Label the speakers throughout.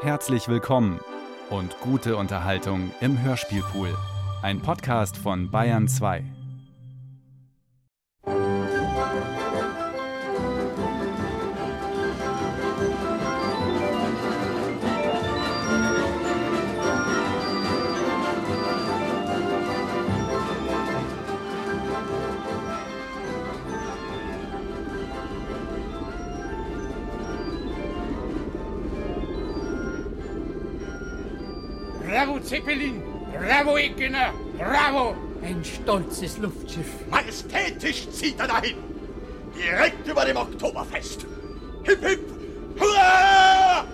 Speaker 1: Herzlich willkommen und gute Unterhaltung im Hörspielpool. Ein Podcast von Bayern 2.
Speaker 2: Bravo, Zeppelin! Bravo, Eckener! Bravo!
Speaker 3: Ein stolzes Luftschiff.
Speaker 4: Majestätisch zieht er dahin! Direkt über dem Oktoberfest! Hip, hip! Hurra!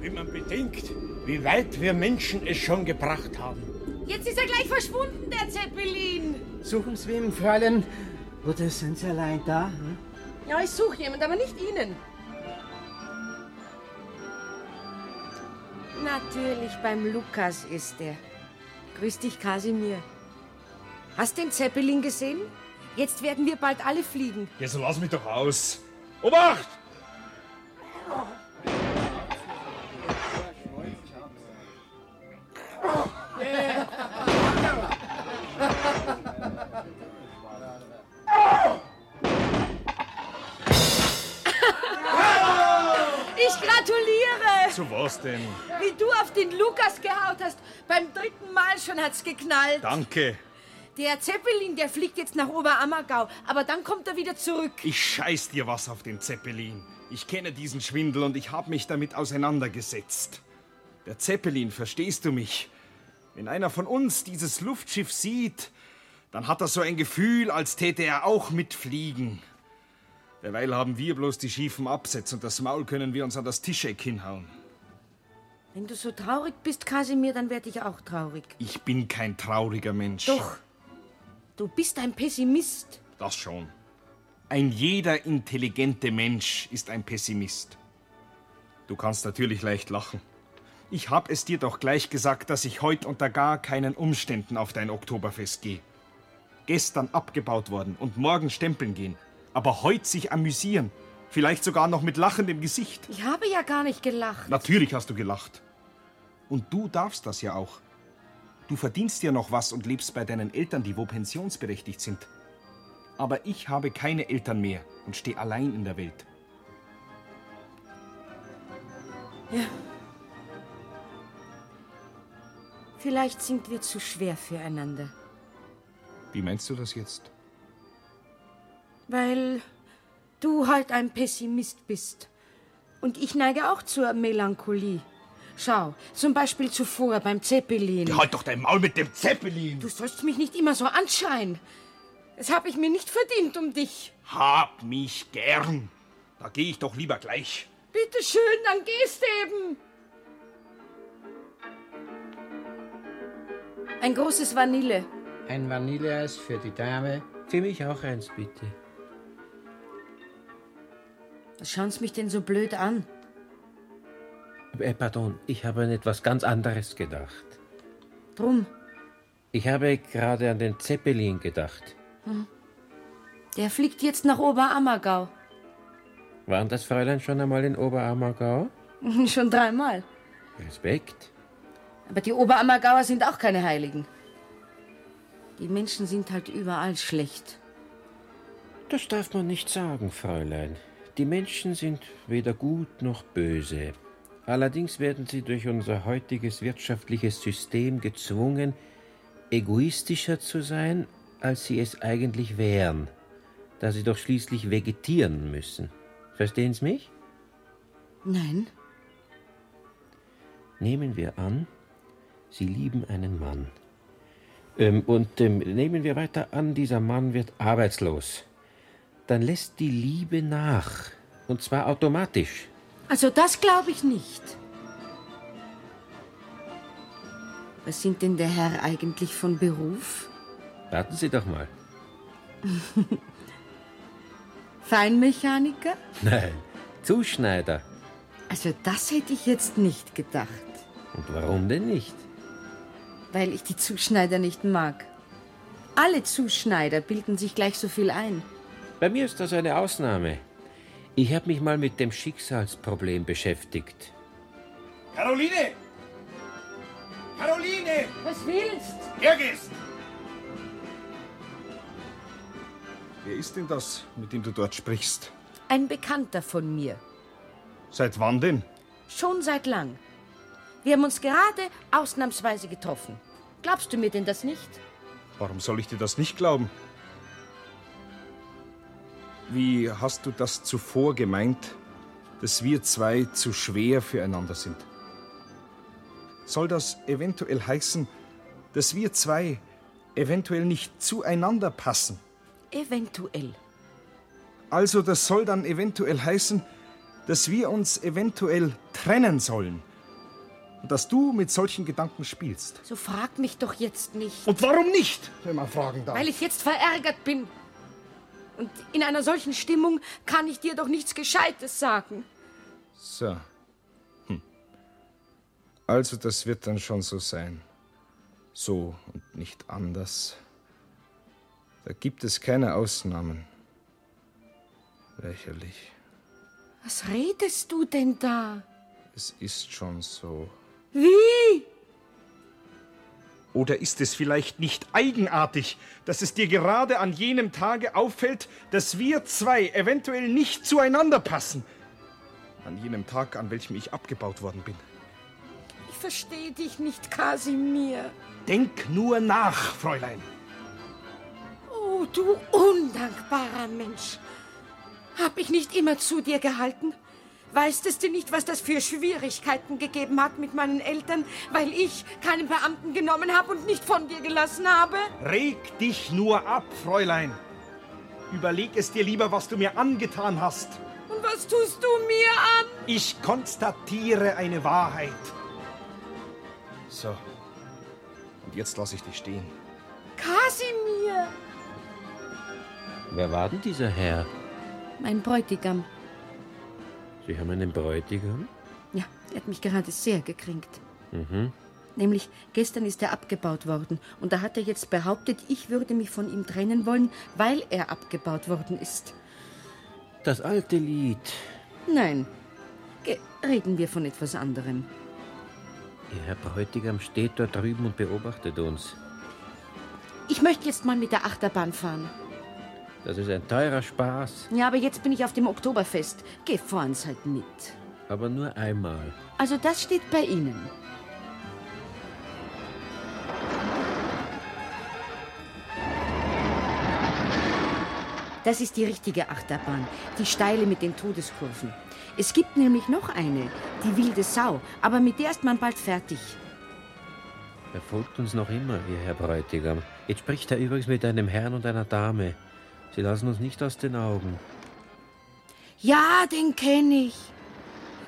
Speaker 2: Wenn man bedenkt, wie weit wir Menschen es schon gebracht haben.
Speaker 5: Jetzt ist er gleich verschwunden, der Zeppelin.
Speaker 3: Suchen Sie ihn, Fräulein. Oder sind Sie allein da? Hm?
Speaker 5: Ja, ich suche jemanden, aber nicht Ihnen. Natürlich, beim Lukas ist er. Grüß dich, Kasimir. Hast den Zeppelin gesehen? Jetzt werden wir bald alle fliegen.
Speaker 6: Jetzt lass mich doch aus. Obacht!
Speaker 5: Ich gratuliere,
Speaker 6: Zu was denn?
Speaker 5: wie du auf den Lukas gehaut hast. Beim dritten Mal schon hat's geknallt.
Speaker 6: Danke.
Speaker 5: Der Zeppelin, der fliegt jetzt nach Oberammergau, aber dann kommt er wieder zurück.
Speaker 6: Ich scheiß dir was auf den Zeppelin. Ich kenne diesen Schwindel und ich habe mich damit auseinandergesetzt. Der Zeppelin, verstehst du mich? Wenn einer von uns dieses Luftschiff sieht, dann hat er so ein Gefühl, als täte er auch mitfliegen. Derweil haben wir bloß die schiefen Absätze und das Maul können wir uns an das Tischeck hinhauen.
Speaker 5: Wenn du so traurig bist, Kasimir, dann werde ich auch traurig.
Speaker 6: Ich bin kein trauriger Mensch.
Speaker 5: Doch, du bist ein Pessimist.
Speaker 6: Das schon. Ein jeder intelligente Mensch ist ein Pessimist. Du kannst natürlich leicht lachen. Ich hab es dir doch gleich gesagt, dass ich heute unter gar keinen Umständen auf dein Oktoberfest gehe. Gestern abgebaut worden und morgen stempeln gehen. Aber heute sich amüsieren. Vielleicht sogar noch mit lachendem Gesicht.
Speaker 5: Ich habe ja gar nicht gelacht.
Speaker 6: Natürlich hast du gelacht. Und du darfst das ja auch. Du verdienst ja noch was und lebst bei deinen Eltern, die wo pensionsberechtigt sind. Aber ich habe keine Eltern mehr und stehe allein in der Welt.
Speaker 5: Vielleicht sind wir zu schwer füreinander.
Speaker 6: Wie meinst du das jetzt?
Speaker 5: Weil du halt ein Pessimist bist. Und ich neige auch zur Melancholie. Schau, zum Beispiel zuvor beim Zeppelin.
Speaker 6: Halt doch dein Maul mit dem Zeppelin!
Speaker 5: Du sollst mich nicht immer so anschreien. Das habe ich mir nicht verdient um dich.
Speaker 6: Hab mich gern! Da gehe ich doch lieber gleich.
Speaker 5: Bitte schön, dann gehst eben. Ein großes Vanille.
Speaker 3: Ein Vanilleeis für die Dame. Für mich auch eins, bitte.
Speaker 5: Was schauen Sie mich denn so blöd an?
Speaker 3: Äh, pardon, ich habe an etwas ganz anderes gedacht.
Speaker 5: Drum,
Speaker 3: Ich habe gerade an den Zeppelin gedacht.
Speaker 5: der fliegt jetzt nach Oberammergau.
Speaker 3: Waren das Fräulein schon einmal in Oberammergau?
Speaker 5: Schon dreimal.
Speaker 3: Respekt.
Speaker 5: Aber die Oberammergauer sind auch keine Heiligen. Die Menschen sind halt überall schlecht.
Speaker 3: Das darf man nicht sagen, Fräulein. Die Menschen sind weder gut noch böse. Allerdings werden sie durch unser heutiges wirtschaftliches System gezwungen, egoistischer zu sein, als sie es eigentlich wären, da sie doch schließlich vegetieren müssen. Verstehen Sie mich?
Speaker 5: Nein,
Speaker 3: Nehmen wir an, Sie lieben einen Mann. Ähm, und ähm, nehmen wir weiter an, dieser Mann wird arbeitslos. Dann lässt die Liebe nach. Und zwar automatisch.
Speaker 5: also das glaube ich nicht. Was sind denn der Herr eigentlich von Beruf?
Speaker 3: Warten Sie doch mal.
Speaker 5: Feinmechaniker?
Speaker 3: Nein, Zuschneider.
Speaker 5: Also das hätte ich jetzt nicht gedacht,
Speaker 3: Und warum denn nicht?
Speaker 5: weil ich die Zuschneider nicht mag. Alle Zuschneider bilden sich gleich so viel ein.
Speaker 3: Bei mir ist das eine Ausnahme. Ich habe mich mal mit dem Schicksalsproblem beschäftigt.
Speaker 6: Caroline! Caroline!
Speaker 5: Was willst?
Speaker 6: Hergehst! Wer ist denn das, mit dem du dort sprichst?
Speaker 5: Ein Bekannter von mir.
Speaker 6: Seit wann denn?
Speaker 5: Schon seit lang. Wir haben uns gerade ausnahmsweise getroffen. Glaubst du mir denn das nicht?
Speaker 6: Warum soll ich dir das nicht glauben? Wie hast du das zuvor gemeint, dass wir zwei zu schwer füreinander sind? Soll das eventuell heißen, dass wir zwei eventuell nicht zueinander passen?
Speaker 5: Eventuell.
Speaker 6: Also das soll dann eventuell heißen, dass wir uns eventuell trennen sollen. Und dass du mit solchen Gedanken spielst.
Speaker 5: So frag mich doch jetzt nicht,
Speaker 6: Und warum nicht, wenn man fragen darf?
Speaker 5: weil ich jetzt verärgert bin. Und in einer solchen Stimmung kann ich dir doch nichts Gescheites sagen.
Speaker 6: So. Hm. Also das wird dann schon so sein. So und nicht anders. Da gibt es keine Ausnahmen. Lächerlich.
Speaker 5: Was redest du denn da?
Speaker 6: Es ist schon so.
Speaker 5: Wie?
Speaker 6: Oder ist es vielleicht nicht eigenartig, dass es dir gerade an jenem Tage auffällt, dass wir zwei eventuell nicht zueinander passen? An jenem Tag, an welchem ich abgebaut worden bin.
Speaker 5: Ich verstehe dich nicht, Kasimir.
Speaker 6: Denk nur nach, Fräulein.
Speaker 5: Oh, du undankbarer Mensch. Hab ich nicht immer zu dir gehalten? Weißtest du nicht, was das für Schwierigkeiten gegeben hat mit meinen Eltern, weil ich keinen Beamten genommen habe und nicht von dir gelassen habe?
Speaker 6: Reg dich nur ab, Fräulein. Überleg es dir lieber, was du mir angetan hast.
Speaker 5: Und was tust du mir an?
Speaker 6: Ich konstatiere eine Wahrheit. So. Und jetzt lasse ich dich stehen.
Speaker 5: Kasimir!
Speaker 3: Wer war denn dieser Herr?
Speaker 5: Mein Bräutigam.
Speaker 3: Sie haben einen Bräutigam?
Speaker 5: Ja, er hat mich gerade sehr gekränkt. Nämlich, gestern ist er abgebaut worden. Und da hat er jetzt behauptet, ich würde mich von ihm trennen wollen, weil er abgebaut worden ist.
Speaker 3: Das alte Lied.
Speaker 5: Nein. Ge reden wir von etwas anderem.
Speaker 3: Ihr Herr Bräutigam steht dort drüben und beobachtet uns.
Speaker 5: Ich möchte jetzt mal mit der Achterbahn fahren.
Speaker 3: Das ist ein teurer Spaß,
Speaker 5: Ja, aber jetzt bin ich auf dem Oktoberfest. Geh vorns halt mit.
Speaker 3: aber nur einmal.
Speaker 5: Also das steht bei Ihnen. Das ist die richtige Achterbahn, die steile mit den Todeskurven. Es gibt nämlich noch eine, die wilde Sau, aber mit der ist man bald fertig.
Speaker 3: Er folgt uns noch immer, Ihr Herr Bräutigam. Jetzt spricht er übrigens mit einem Herrn und einer Dame. Sie lassen uns nicht aus den Augen.
Speaker 5: Ja, den kenne ich.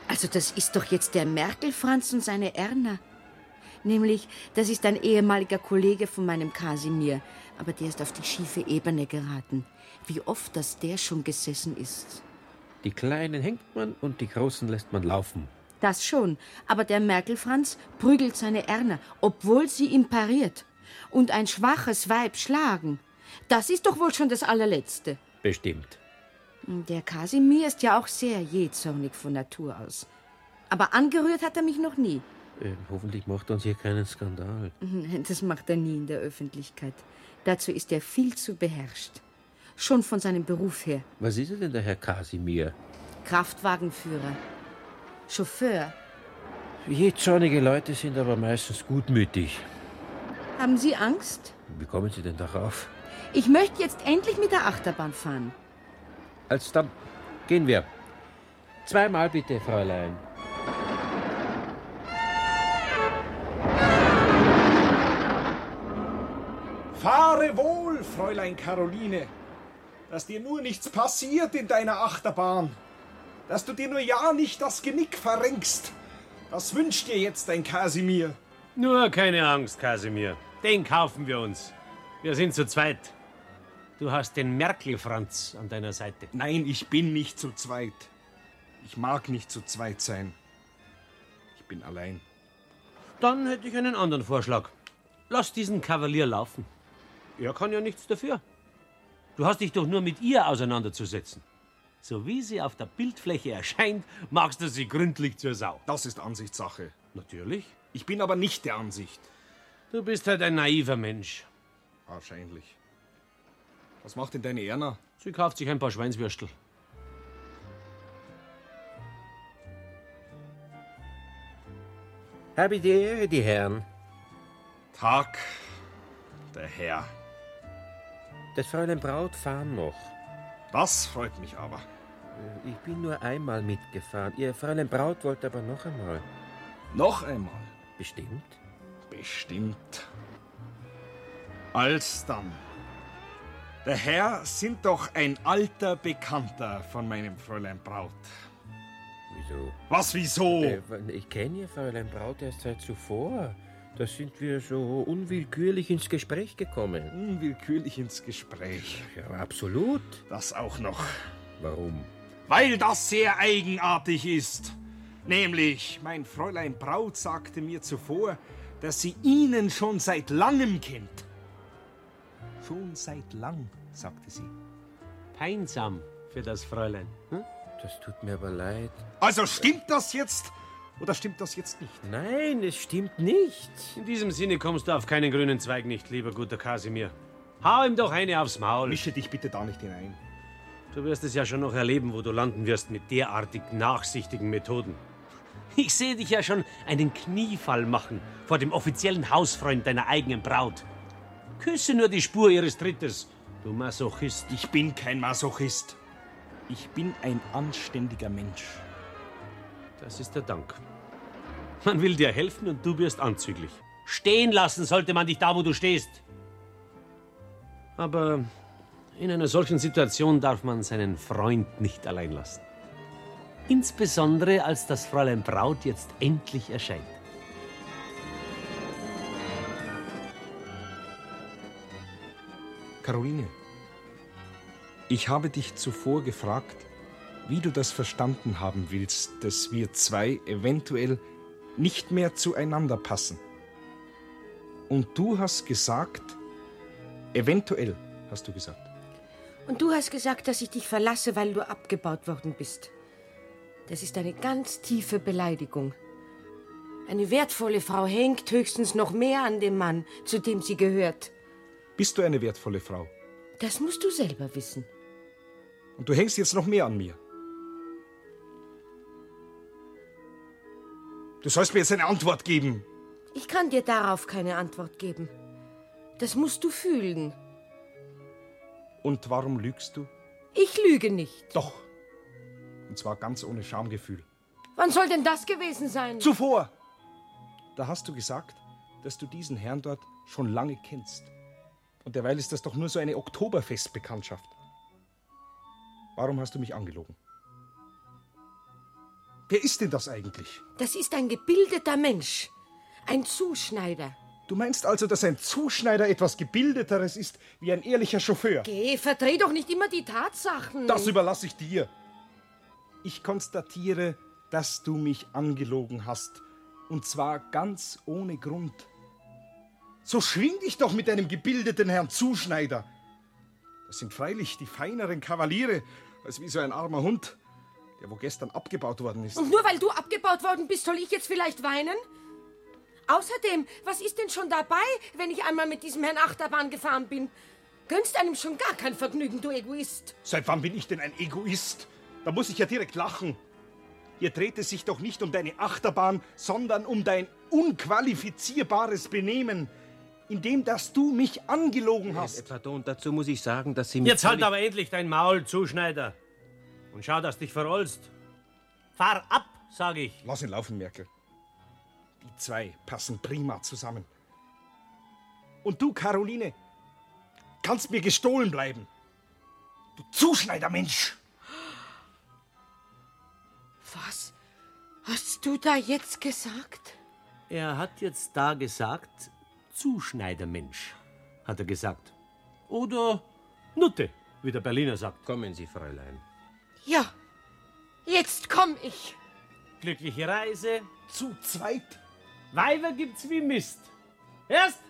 Speaker 5: Also das ist doch jetzt der Merkel-Franz und seine Erna. Nämlich, das ist ein ehemaliger Kollege von meinem Kasimir, aber der ist auf die schiefe Ebene geraten. Wie oft, dass der schon gesessen ist.
Speaker 3: Die Kleinen hängt man und die Großen lässt man laufen.
Speaker 5: Das schon, aber der Merkel-Franz prügelt seine Erna, obwohl sie ihm pariert. Und ein schwaches Weib schlagen, das ist doch wohl schon das allerletzte.
Speaker 3: Bestimmt.
Speaker 5: Der Kasimir ist ja auch sehr jähzornig von Natur aus. Aber angerührt hat er mich noch nie.
Speaker 3: Äh, hoffentlich macht er uns hier keinen Skandal.
Speaker 5: Das macht er nie in der Öffentlichkeit. Dazu ist er viel zu beherrscht. Schon von seinem Beruf her.
Speaker 3: Was ist er denn, der Herr Kasimir?
Speaker 5: Kraftwagenführer, Chauffeur.
Speaker 3: Jezornige Leute sind aber meistens gutmütig.
Speaker 5: Haben Sie Angst?
Speaker 3: Wie kommen Sie denn darauf?
Speaker 5: Ich möchte jetzt endlich mit der Achterbahn fahren.
Speaker 3: Als Also, dann gehen wir. Zweimal bitte, Fräulein.
Speaker 6: Fahre wohl, Fräulein Caroline. Dass dir nur nichts passiert in deiner Achterbahn. Dass du dir nur ja nicht das Genick verrenkst. Das wünscht dir jetzt dein Kasimir.
Speaker 7: Nur keine Angst, Kasimir. Den kaufen wir uns. Wir sind zu zweit. Du hast den Merkel-Franz an deiner Seite.
Speaker 6: Nein, ich bin nicht zu zweit. Ich mag nicht zu zweit sein. Ich bin allein.
Speaker 7: Dann hätte ich einen anderen Vorschlag. Lass diesen Kavalier laufen. Er kann ja nichts dafür. Du hast dich doch nur mit ihr auseinanderzusetzen. So wie sie auf der Bildfläche erscheint, machst du sie gründlich zur Sau.
Speaker 6: Das ist Ansichtssache.
Speaker 7: Natürlich.
Speaker 6: Ich bin aber nicht der Ansicht.
Speaker 7: Du bist halt ein naiver Mensch.
Speaker 6: Wahrscheinlich. Was macht denn deine Erna?
Speaker 7: Sie kauft sich ein paar Schweinswürstel.
Speaker 3: Habe die Ehre, die Herren.
Speaker 6: Tag, der Herr.
Speaker 3: Das Fräulein Braut fahren noch.
Speaker 6: Das freut mich aber.
Speaker 3: Ich bin nur einmal mitgefahren. Ihr Fräulein Braut wollt aber noch einmal.
Speaker 6: Noch einmal.
Speaker 3: Bestimmt.
Speaker 6: Bestimmt. Alsdann. Der Herr sind doch ein alter Bekannter von meinem Fräulein Braut.
Speaker 3: Wieso?
Speaker 6: Was, wieso?
Speaker 3: Äh, ich kenne ihr Fräulein Braut erst seit zuvor. Da sind wir so unwillkürlich ins Gespräch gekommen.
Speaker 6: Unwillkürlich ins Gespräch.
Speaker 3: Ja, absolut.
Speaker 6: Das auch noch.
Speaker 3: Warum?
Speaker 6: Weil das sehr eigenartig ist. Nämlich, mein Fräulein Braut sagte mir zuvor, dass sie Ihnen schon seit langem kennt. Schon seit lang, sagte sie.
Speaker 7: Peinsam für das Fräulein.
Speaker 3: Das tut mir aber leid.
Speaker 6: Also stimmt das jetzt oder stimmt das jetzt nicht?
Speaker 3: Nein, es stimmt nicht.
Speaker 7: In diesem Sinne kommst du auf keinen grünen Zweig nicht, lieber guter Kasimir. Hau ihm doch eine aufs Maul.
Speaker 6: Mische dich bitte da nicht hinein.
Speaker 7: Du wirst es ja schon noch erleben, wo du landen wirst mit derartig nachsichtigen Methoden. Ich sehe dich ja schon einen Kniefall machen vor dem offiziellen Hausfreund deiner eigenen Braut. Küsse nur die Spur ihres Trittes, du Masochist.
Speaker 6: Ich bin kein Masochist. Ich bin ein anständiger Mensch.
Speaker 7: Das ist der Dank. Man will dir helfen und du wirst anzüglich. Stehen lassen sollte man dich da, wo du stehst. Aber in einer solchen Situation darf man seinen Freund nicht allein lassen. Insbesondere als das Fräulein Braut jetzt endlich erscheint.
Speaker 6: Caroline, ich habe dich zuvor gefragt, wie du das verstanden haben willst, dass wir zwei eventuell nicht mehr zueinander passen. Und du hast gesagt, eventuell, hast du gesagt.
Speaker 5: Und du hast gesagt, dass ich dich verlasse, weil du abgebaut worden bist. Das ist eine ganz tiefe Beleidigung. Eine wertvolle Frau hängt höchstens noch mehr an dem Mann, zu dem sie gehört.
Speaker 6: Bist du eine wertvolle Frau?
Speaker 5: Das musst du selber wissen.
Speaker 6: Und du hängst jetzt noch mehr an mir. Du sollst mir jetzt eine Antwort geben.
Speaker 5: Ich kann dir darauf keine Antwort geben. Das musst du fühlen.
Speaker 6: Und warum lügst du?
Speaker 5: Ich lüge nicht.
Speaker 6: Doch. Und zwar ganz ohne Schamgefühl.
Speaker 5: Wann soll denn das gewesen sein?
Speaker 6: Zuvor! Da hast du gesagt, dass du diesen Herrn dort schon lange kennst. Und derweil ist das doch nur so eine Oktoberfestbekanntschaft. Warum hast du mich angelogen? Wer ist denn das eigentlich?
Speaker 5: Das ist ein gebildeter Mensch. Ein Zuschneider.
Speaker 6: Du meinst also, dass ein Zuschneider etwas gebildeteres ist wie ein ehrlicher Chauffeur?
Speaker 5: Geh, verdreh doch nicht immer die Tatsachen.
Speaker 6: Das überlasse ich dir. Ich konstatiere, dass du mich angelogen hast. Und zwar ganz ohne Grund. So schwing dich doch mit einem gebildeten Herrn Zuschneider. Das sind freilich die feineren Kavaliere als wie so ein armer Hund, der wo gestern abgebaut worden ist.
Speaker 5: Und nur weil du abgebaut worden bist, soll ich jetzt vielleicht weinen? Außerdem, was ist denn schon dabei, wenn ich einmal mit diesem Herrn Achterbahn gefahren bin? Gönnst einem schon gar kein Vergnügen, du Egoist.
Speaker 6: Seit wann bin ich denn ein Egoist? Da muss ich ja direkt lachen. Hier dreht es sich doch nicht um deine Achterbahn, sondern um dein unqualifizierbares Benehmen, indem dass du mich angelogen hast.
Speaker 3: Äh, Pardon, dazu muss ich sagen, dass Sie mich.
Speaker 7: Jetzt halt aber endlich dein Maul, Zuschneider. Und schau, dass dich verrollst. Fahr ab, sag ich.
Speaker 6: Lass ihn laufen, Merkel. Die zwei passen prima zusammen. Und du, Caroline, kannst mir gestohlen bleiben. Du Zuschneidermensch!
Speaker 5: Was hast du da jetzt gesagt?
Speaker 7: Er hat jetzt da gesagt, Zuschneidermensch, hat er gesagt. Oder Nutte, wie der Berliner sagt.
Speaker 3: Kommen Sie, Fräulein.
Speaker 5: Ja, jetzt komm ich.
Speaker 7: Glückliche Reise.
Speaker 6: Zu zweit?
Speaker 7: Weiber gibt's wie Mist. Erst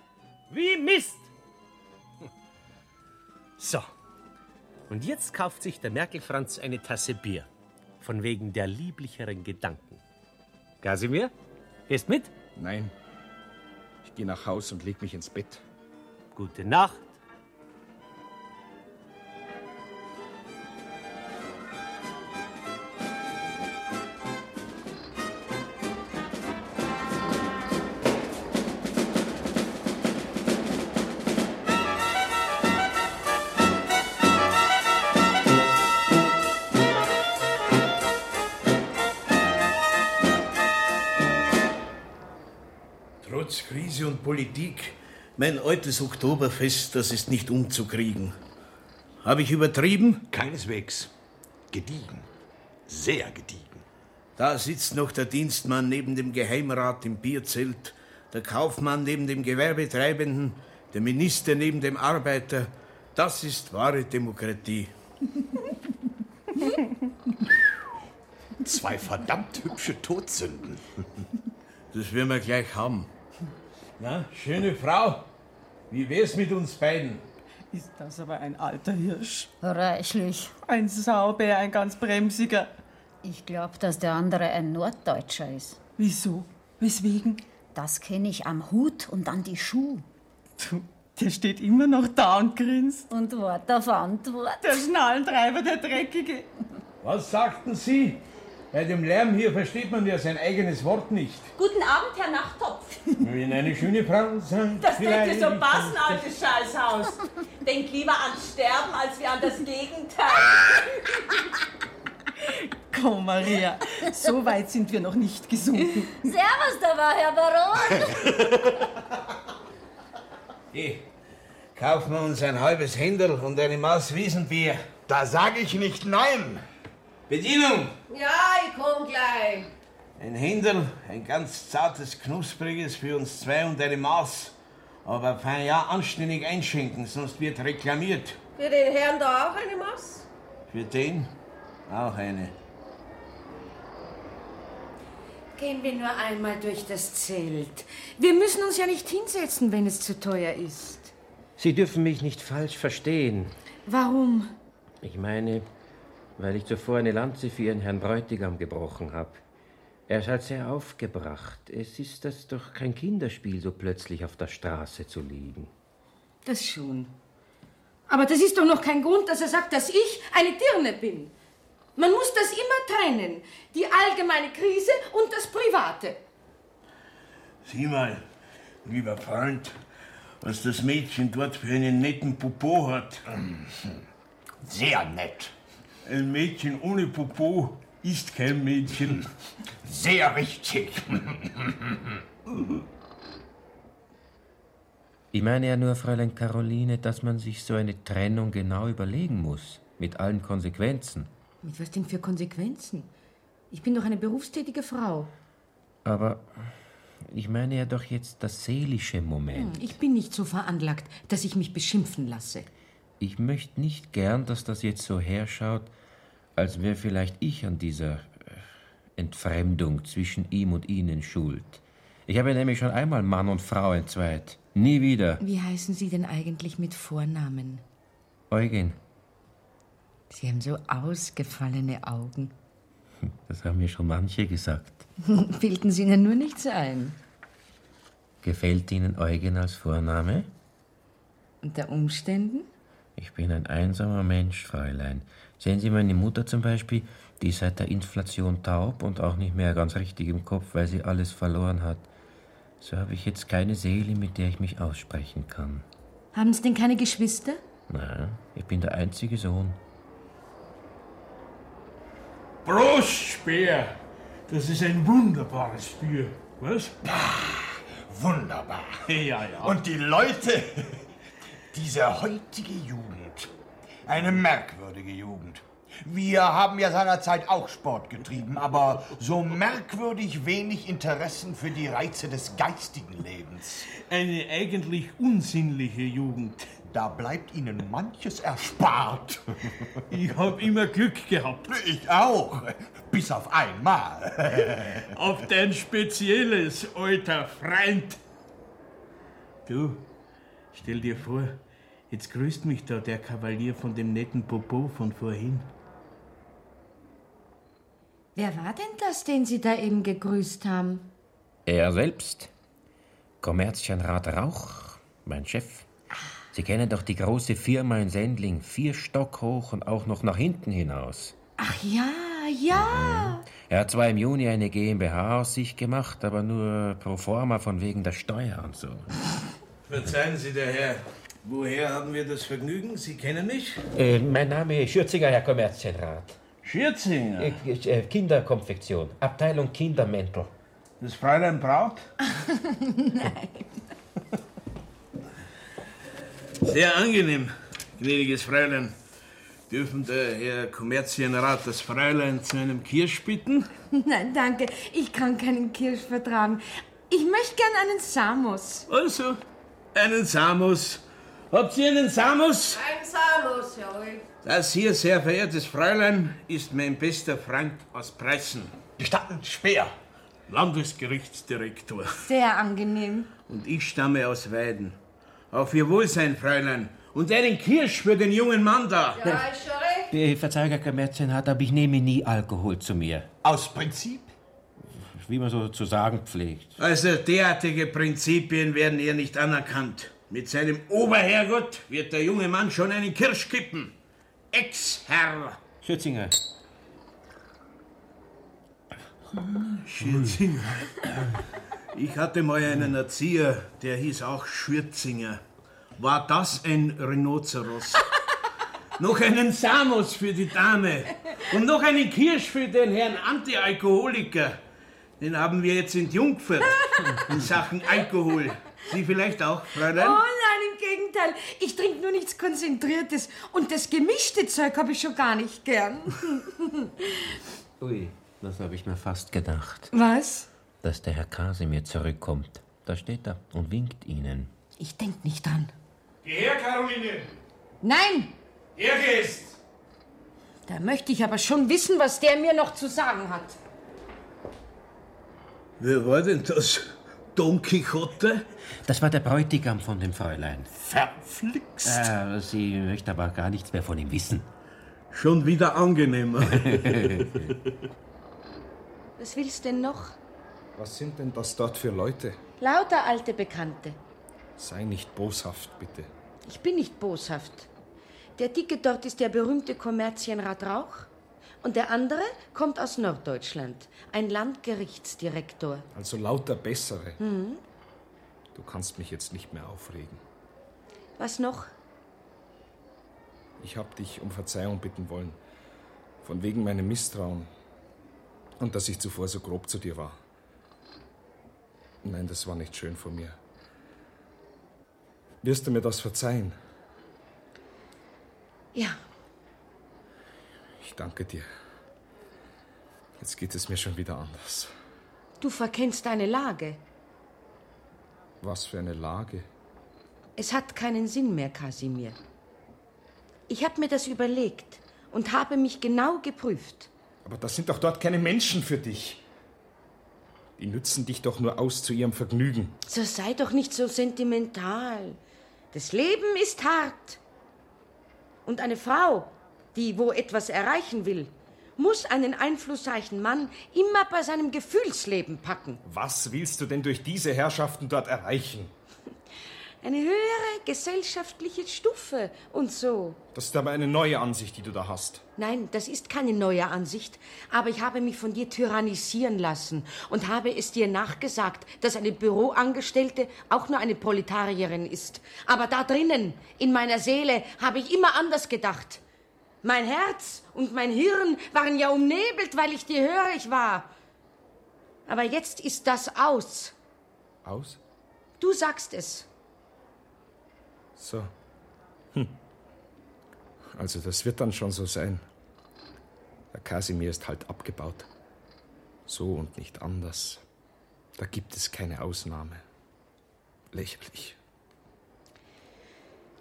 Speaker 7: wie Mist. So. Und jetzt kauft sich der Merkel-Franz eine Tasse Bier. Von wegen der lieblicheren Gedanken. Kasimir, Gehst mit?
Speaker 6: Nein. Ich gehe nach Haus und leg mich ins Bett.
Speaker 7: Gute Nacht.
Speaker 8: Trotz Krise und Politik, mein altes Oktoberfest, das ist nicht umzukriegen. Habe ich übertrieben?
Speaker 9: Keineswegs. Gediegen. Sehr gediegen.
Speaker 8: Da sitzt noch der Dienstmann neben dem Geheimrat im Bierzelt, der Kaufmann neben dem Gewerbetreibenden, der Minister neben dem Arbeiter. Das ist wahre Demokratie.
Speaker 9: Zwei verdammt hübsche Todsünden.
Speaker 8: Das werden wir gleich haben. Na, schöne Frau, wie wär's mit uns beiden?
Speaker 10: Ist das aber ein alter Hirsch?
Speaker 11: Reichlich.
Speaker 10: Ein Saubär, ein ganz bremsiger.
Speaker 11: Ich glaube, dass der andere ein Norddeutscher ist.
Speaker 10: Wieso? Weswegen?
Speaker 11: Das kenne ich am Hut und an die Schuh.
Speaker 10: Du, der steht immer noch da und grinst.
Speaker 11: Und Wort auf Antwort.
Speaker 10: Der Schnallentreiber, der Dreckige.
Speaker 2: Was sagten Sie? Bei dem Lärm hier versteht man ja sein eigenes Wort nicht.
Speaker 12: Guten Abend, Herr Nachttopf.
Speaker 2: Wenn eine schöne Frau sagt,
Speaker 12: Das
Speaker 2: vielleicht-
Speaker 12: könnte so passen, altes Scheißhaus. Denk lieber ans Sterben, als wir an das Gegenteil.
Speaker 10: Komm, Maria, so weit sind wir noch nicht gesunken.
Speaker 11: Servus, da war Herr Baron.
Speaker 8: Geh, kaufen wir uns ein halbes Händel und eine Maß Wiesenbier.
Speaker 4: Da sage ich nicht nein.
Speaker 8: Bedienung!
Speaker 12: Ja, ich komm gleich.
Speaker 8: Ein Händel, ein ganz zartes, knuspriges für uns zwei und eine Maß. Aber fein ja anständig einschenken, sonst wird reklamiert.
Speaker 12: Für den Herrn da auch eine Maß?
Speaker 8: Für den auch eine.
Speaker 5: Gehen wir nur einmal durch das Zelt. Wir müssen uns ja nicht hinsetzen, wenn es zu teuer ist.
Speaker 3: Sie dürfen mich nicht falsch verstehen.
Speaker 5: Warum?
Speaker 3: Ich meine, weil ich zuvor eine Lanze für Ihren Herrn Bräutigam gebrochen habe. Er ist halt sehr aufgebracht. Es ist das doch kein Kinderspiel, so plötzlich auf der Straße zu liegen.
Speaker 5: Das schon. Aber das ist doch noch kein Grund, dass er sagt, dass ich eine Dirne bin. Man muss das immer trennen. Die allgemeine Krise und das Private.
Speaker 8: Sieh mal, lieber Freund, was das Mädchen dort für einen netten Popo hat.
Speaker 9: Sehr nett.
Speaker 8: Ein Mädchen ohne Popo ist kein Mädchen.
Speaker 9: Sehr richtig.
Speaker 3: Ich meine ja nur, Fräulein Caroline, dass man sich so eine Trennung genau überlegen muss. Mit allen Konsequenzen.
Speaker 5: Mit was denn für Konsequenzen? Ich bin doch eine berufstätige Frau.
Speaker 3: Aber ich meine ja doch jetzt das seelische Moment.
Speaker 5: Ich bin nicht so veranlagt, dass ich mich beschimpfen lasse.
Speaker 3: Ich möchte nicht gern, dass das jetzt so herschaut, als wäre vielleicht ich an dieser äh, Entfremdung zwischen ihm und Ihnen schuld. Ich habe nämlich schon einmal Mann und Frau entzweit. Nie wieder.
Speaker 5: Wie heißen Sie denn eigentlich mit Vornamen?
Speaker 3: Eugen,
Speaker 5: Sie haben so ausgefallene Augen.
Speaker 3: das haben mir schon manche gesagt.
Speaker 5: Bilden Sie Ihnen nur nichts ein.
Speaker 3: Gefällt Ihnen Eugen als Vorname?
Speaker 5: Unter Umständen?
Speaker 3: Ich bin ein einsamer Mensch, Fräulein. Sehen Sie meine Mutter zum Beispiel, die ist seit der Inflation taub und auch nicht mehr ganz richtig im Kopf, weil sie alles verloren hat. So habe ich jetzt keine Seele, mit der ich mich aussprechen kann.
Speaker 5: Haben Sie denn keine Geschwister?
Speaker 3: Na, ich bin der einzige Sohn.
Speaker 2: Brustspeer. Das ist ein wunderbares Bier. Was?
Speaker 9: Wunderbar.
Speaker 2: Ja, ja.
Speaker 9: Und die Leute, diese heutige Jugend, eine merkwürdige Jugend. Wir haben ja seinerzeit auch Sport getrieben, aber so merkwürdig wenig Interessen für die Reize des geistigen Lebens.
Speaker 2: Eine eigentlich unsinnliche Jugend.
Speaker 9: Da bleibt ihnen manches erspart.
Speaker 2: Ich habe immer Glück gehabt.
Speaker 9: Ich auch. Bis auf einmal.
Speaker 2: Auf dein spezielles, alter Freund. Du, stell dir vor, jetzt grüßt mich da der Kavalier von dem netten Popo von vorhin.
Speaker 5: Wer war denn das, den Sie da eben gegrüßt haben?
Speaker 3: Er selbst, Kommerzienrat Rauch, mein Chef. Sie kennen doch die große Firma in Sendling, vier Stock hoch und auch noch nach hinten hinaus.
Speaker 5: Ach ja, ja.
Speaker 3: Er hat zwar im Juni eine GmbH aus sich gemacht, aber nur pro forma von wegen der Steuer und so.
Speaker 8: Verzeihen Sie, der Herr. Woher haben wir das Vergnügen? Sie kennen mich?
Speaker 3: Äh, mein Name ist Schürzinger, Herr Kommerzienrat.
Speaker 8: Schürzinger?
Speaker 3: Äh, äh, Kinderkonfektion, Abteilung Kindermäntel.
Speaker 8: Das Fräulein Braut? Sehr angenehm, gnädiges Fräulein. Dürfen der Herr Kommerzienrat das Fräulein zu einem Kirsch bitten?
Speaker 9: Nein, danke. Ich kann keinen Kirsch vertragen. Ich möchte gern einen Samos.
Speaker 8: Also, einen Samus. Habt ihr einen Samus?
Speaker 13: Ein Salus, jawohl.
Speaker 8: Das hier, sehr verehrtes Fräulein, ist mein bester Freund aus Preußen. Gestatten Speer. Landesgerichtsdirektor.
Speaker 9: Sehr angenehm.
Speaker 8: Und ich stamme aus Weiden. Auf Ihr Wohlsein, Fräulein. Und einen Kirsch für den jungen Mann da.
Speaker 13: Ja, ist schon recht.
Speaker 3: Äh, Verzeihung, Herr Kommerzienrat, aber ich nehme nie Alkohol zu mir.
Speaker 8: Aus Prinzip?
Speaker 3: Wie man so zu sagen pflegt.
Speaker 8: Also derartige Prinzipien werden hier nicht anerkannt. Mit seinem Oberherrgott wird der junge Mann schon einen Kirsch kippen. Ex-Herr.
Speaker 3: Schürzinger.
Speaker 8: Schürzinger. Ich hatte mal einen Erzieher, der hieß auch Schürzinger. War das ein Rhinoceros? noch einen Samos für die Dame und noch einen Kirsch für den Herrn Antialkoholiker. Den haben wir jetzt entjungfert in Sachen Alkohol. Sie vielleicht auch, Fräulein?
Speaker 9: Oh nein, im Gegenteil. Ich trinke nur nichts Konzentriertes. Und das gemischte Zeug habe ich schon gar nicht gern.
Speaker 3: Ui, das habe ich mir fast gedacht.
Speaker 9: Was?
Speaker 3: Dass der Herr Kasimir zurückkommt. Da steht er und winkt Ihnen.
Speaker 9: Ich denk nicht dran.
Speaker 14: Geh her, Caroline.
Speaker 9: Nein,
Speaker 14: Hier gehst.
Speaker 9: da möchte ich aber schon wissen, was der mir noch zu sagen hat.
Speaker 8: Wer war denn das? Don Quixote?
Speaker 3: Das war der Bräutigam von dem Fräulein.
Speaker 8: Verflixt.
Speaker 3: Äh, sie möchte aber gar nichts mehr von ihm wissen.
Speaker 8: Schon wieder angenehmer.
Speaker 5: Was willst denn noch?
Speaker 6: Was sind denn das dort für Leute?
Speaker 5: Lauter alte Bekannte.
Speaker 6: Sei nicht boshaft, bitte.
Speaker 5: Ich bin nicht boshaft. Der Dicke dort ist der berühmte Kommerzienrat Rauch. Und der andere kommt aus Norddeutschland. Ein Landgerichtsdirektor.
Speaker 6: Also lauter bessere.
Speaker 5: Hm.
Speaker 6: Du kannst mich jetzt nicht mehr aufregen.
Speaker 5: Was noch?
Speaker 6: Ich habe dich um Verzeihung bitten wollen. Von wegen meinem Misstrauen. Und dass ich zuvor so grob zu dir war. Nein, das war nicht schön von mir. Wirst du mir das verzeihen?
Speaker 5: Ja.
Speaker 6: Ich danke dir. Jetzt geht es mir schon wieder anders.
Speaker 5: Du verkennst deine Lage.
Speaker 6: Was für eine Lage.
Speaker 5: Es hat keinen Sinn mehr, Kasimir. Ich habe mir das überlegt und habe mich genau geprüft.
Speaker 6: Aber das sind doch dort keine Menschen für dich. Die nützen dich doch nur aus zu ihrem Vergnügen.
Speaker 5: So sei doch nicht so sentimental. Das Leben ist hart. Und eine Frau, die wo etwas erreichen will, muss einen einflussreichen Mann immer bei seinem Gefühlsleben packen.
Speaker 6: Was willst du denn durch diese Herrschaften dort erreichen?
Speaker 5: Eine höhere gesellschaftliche Stufe und so.
Speaker 6: Das ist aber eine neue Ansicht, die du da hast.
Speaker 5: Nein, das ist keine neue Ansicht, aber ich habe mich von dir tyrannisieren lassen und habe es dir nachgesagt, dass eine Büroangestellte auch nur eine Proletarierin ist. Aber da drinnen, in meiner Seele, habe ich immer anders gedacht. Mein Herz und mein Hirn waren ja umnebelt, weil ich dir hörig war. Aber jetzt ist das aus.
Speaker 6: Aus?
Speaker 5: Du sagst es.
Speaker 6: So. Hm. Also das wird dann schon so sein. Der Kasimir ist halt abgebaut. So und nicht anders. Da gibt es keine Ausnahme. Lächerlich.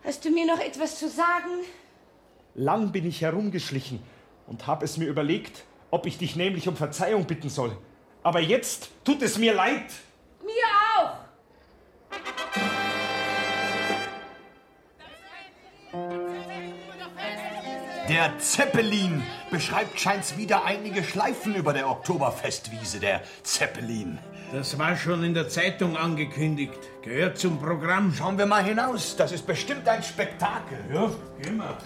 Speaker 9: Hast du mir noch etwas zu sagen?
Speaker 14: Lang bin ich herumgeschlichen und habe es mir überlegt, ob ich dich nämlich um Verzeihung bitten soll. Aber jetzt tut es mir leid.
Speaker 9: Mir auch! Der Zeppelin beschreibt scheint's wieder einige Schleifen über der Oktoberfestwiese, der Zeppelin.
Speaker 8: Das war schon in der Zeitung angekündigt. Gehört zum Programm.
Speaker 9: Schauen wir mal hinaus. Das ist bestimmt ein Spektakel.
Speaker 8: Ja, gehen wir.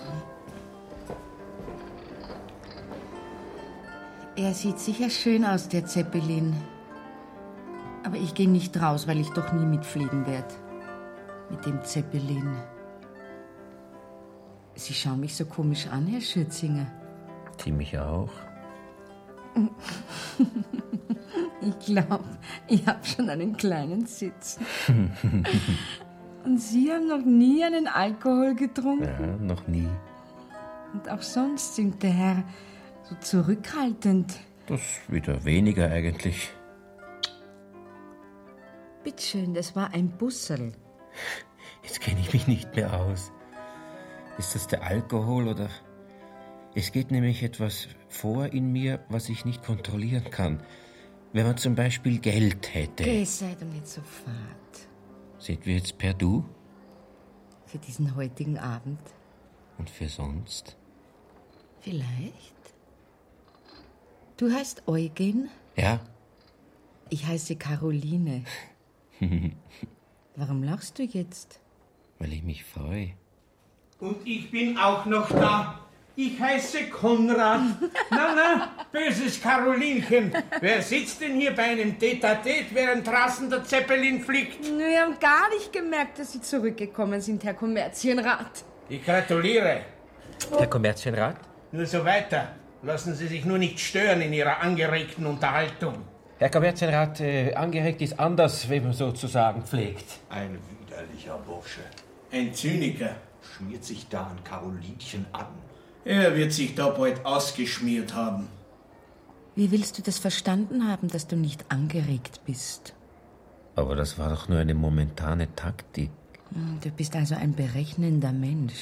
Speaker 5: Er sieht sicher schön aus, der Zeppelin. Aber ich gehe nicht raus, weil ich doch nie mitfliegen werde. Mit dem Zeppelin. Sie schauen mich so komisch an, Herr Schürzinger.
Speaker 3: Die mich auch.
Speaker 5: Ich glaube, ich habe schon einen kleinen Sitz. Und Sie haben noch nie einen Alkohol getrunken.
Speaker 3: Ja, noch nie.
Speaker 5: Und auch sonst sind der Herr so zurückhaltend.
Speaker 3: Das wieder weniger eigentlich.
Speaker 5: Bitteschön, das war ein Bussel.
Speaker 3: Jetzt kenne ich mich nicht mehr aus. Ist das der Alkohol oder... Es geht nämlich etwas vor in mir, was ich nicht kontrollieren kann. Wenn man zum Beispiel Geld hätte.
Speaker 5: Geh, sei doch nicht so fad
Speaker 3: Sind wir jetzt per Du
Speaker 5: für diesen heutigen Abend.
Speaker 3: und für sonst?
Speaker 5: Vielleicht. Du heißt Eugen,
Speaker 3: Ja.
Speaker 5: ich heiße Caroline. Warum lachst du jetzt?
Speaker 3: Weil ich mich freue.
Speaker 8: Und ich bin auch noch da. Ich heiße Konrad. Na, na, böses Karolinchen. Wer sitzt denn hier bei einem Tete-a-Tete, während draußen der Zeppelin fliegt?
Speaker 5: Wir haben gar nicht gemerkt, dass Sie zurückgekommen sind, Herr Kommerzienrat.
Speaker 8: Ich gratuliere.
Speaker 3: Herr Kommerzienrat?
Speaker 8: Nur so weiter. Lassen Sie sich nur nicht stören in Ihrer angeregten Unterhaltung.
Speaker 3: Herr Kommerzienrat, äh, angeregt ist anders, wie man sozusagen pflegt.
Speaker 9: Ein widerlicher Bursche.
Speaker 8: Ein Zyniker.
Speaker 9: Schmiert sich da an Karolinchen an.
Speaker 8: Er wird sich da bald ausgeschmiert haben.
Speaker 5: Wie willst du das verstanden haben, dass du nicht angeregt bist?
Speaker 3: Aber das war doch nur eine momentane Taktik.
Speaker 5: Hm, Du bist also ein berechnender Mensch.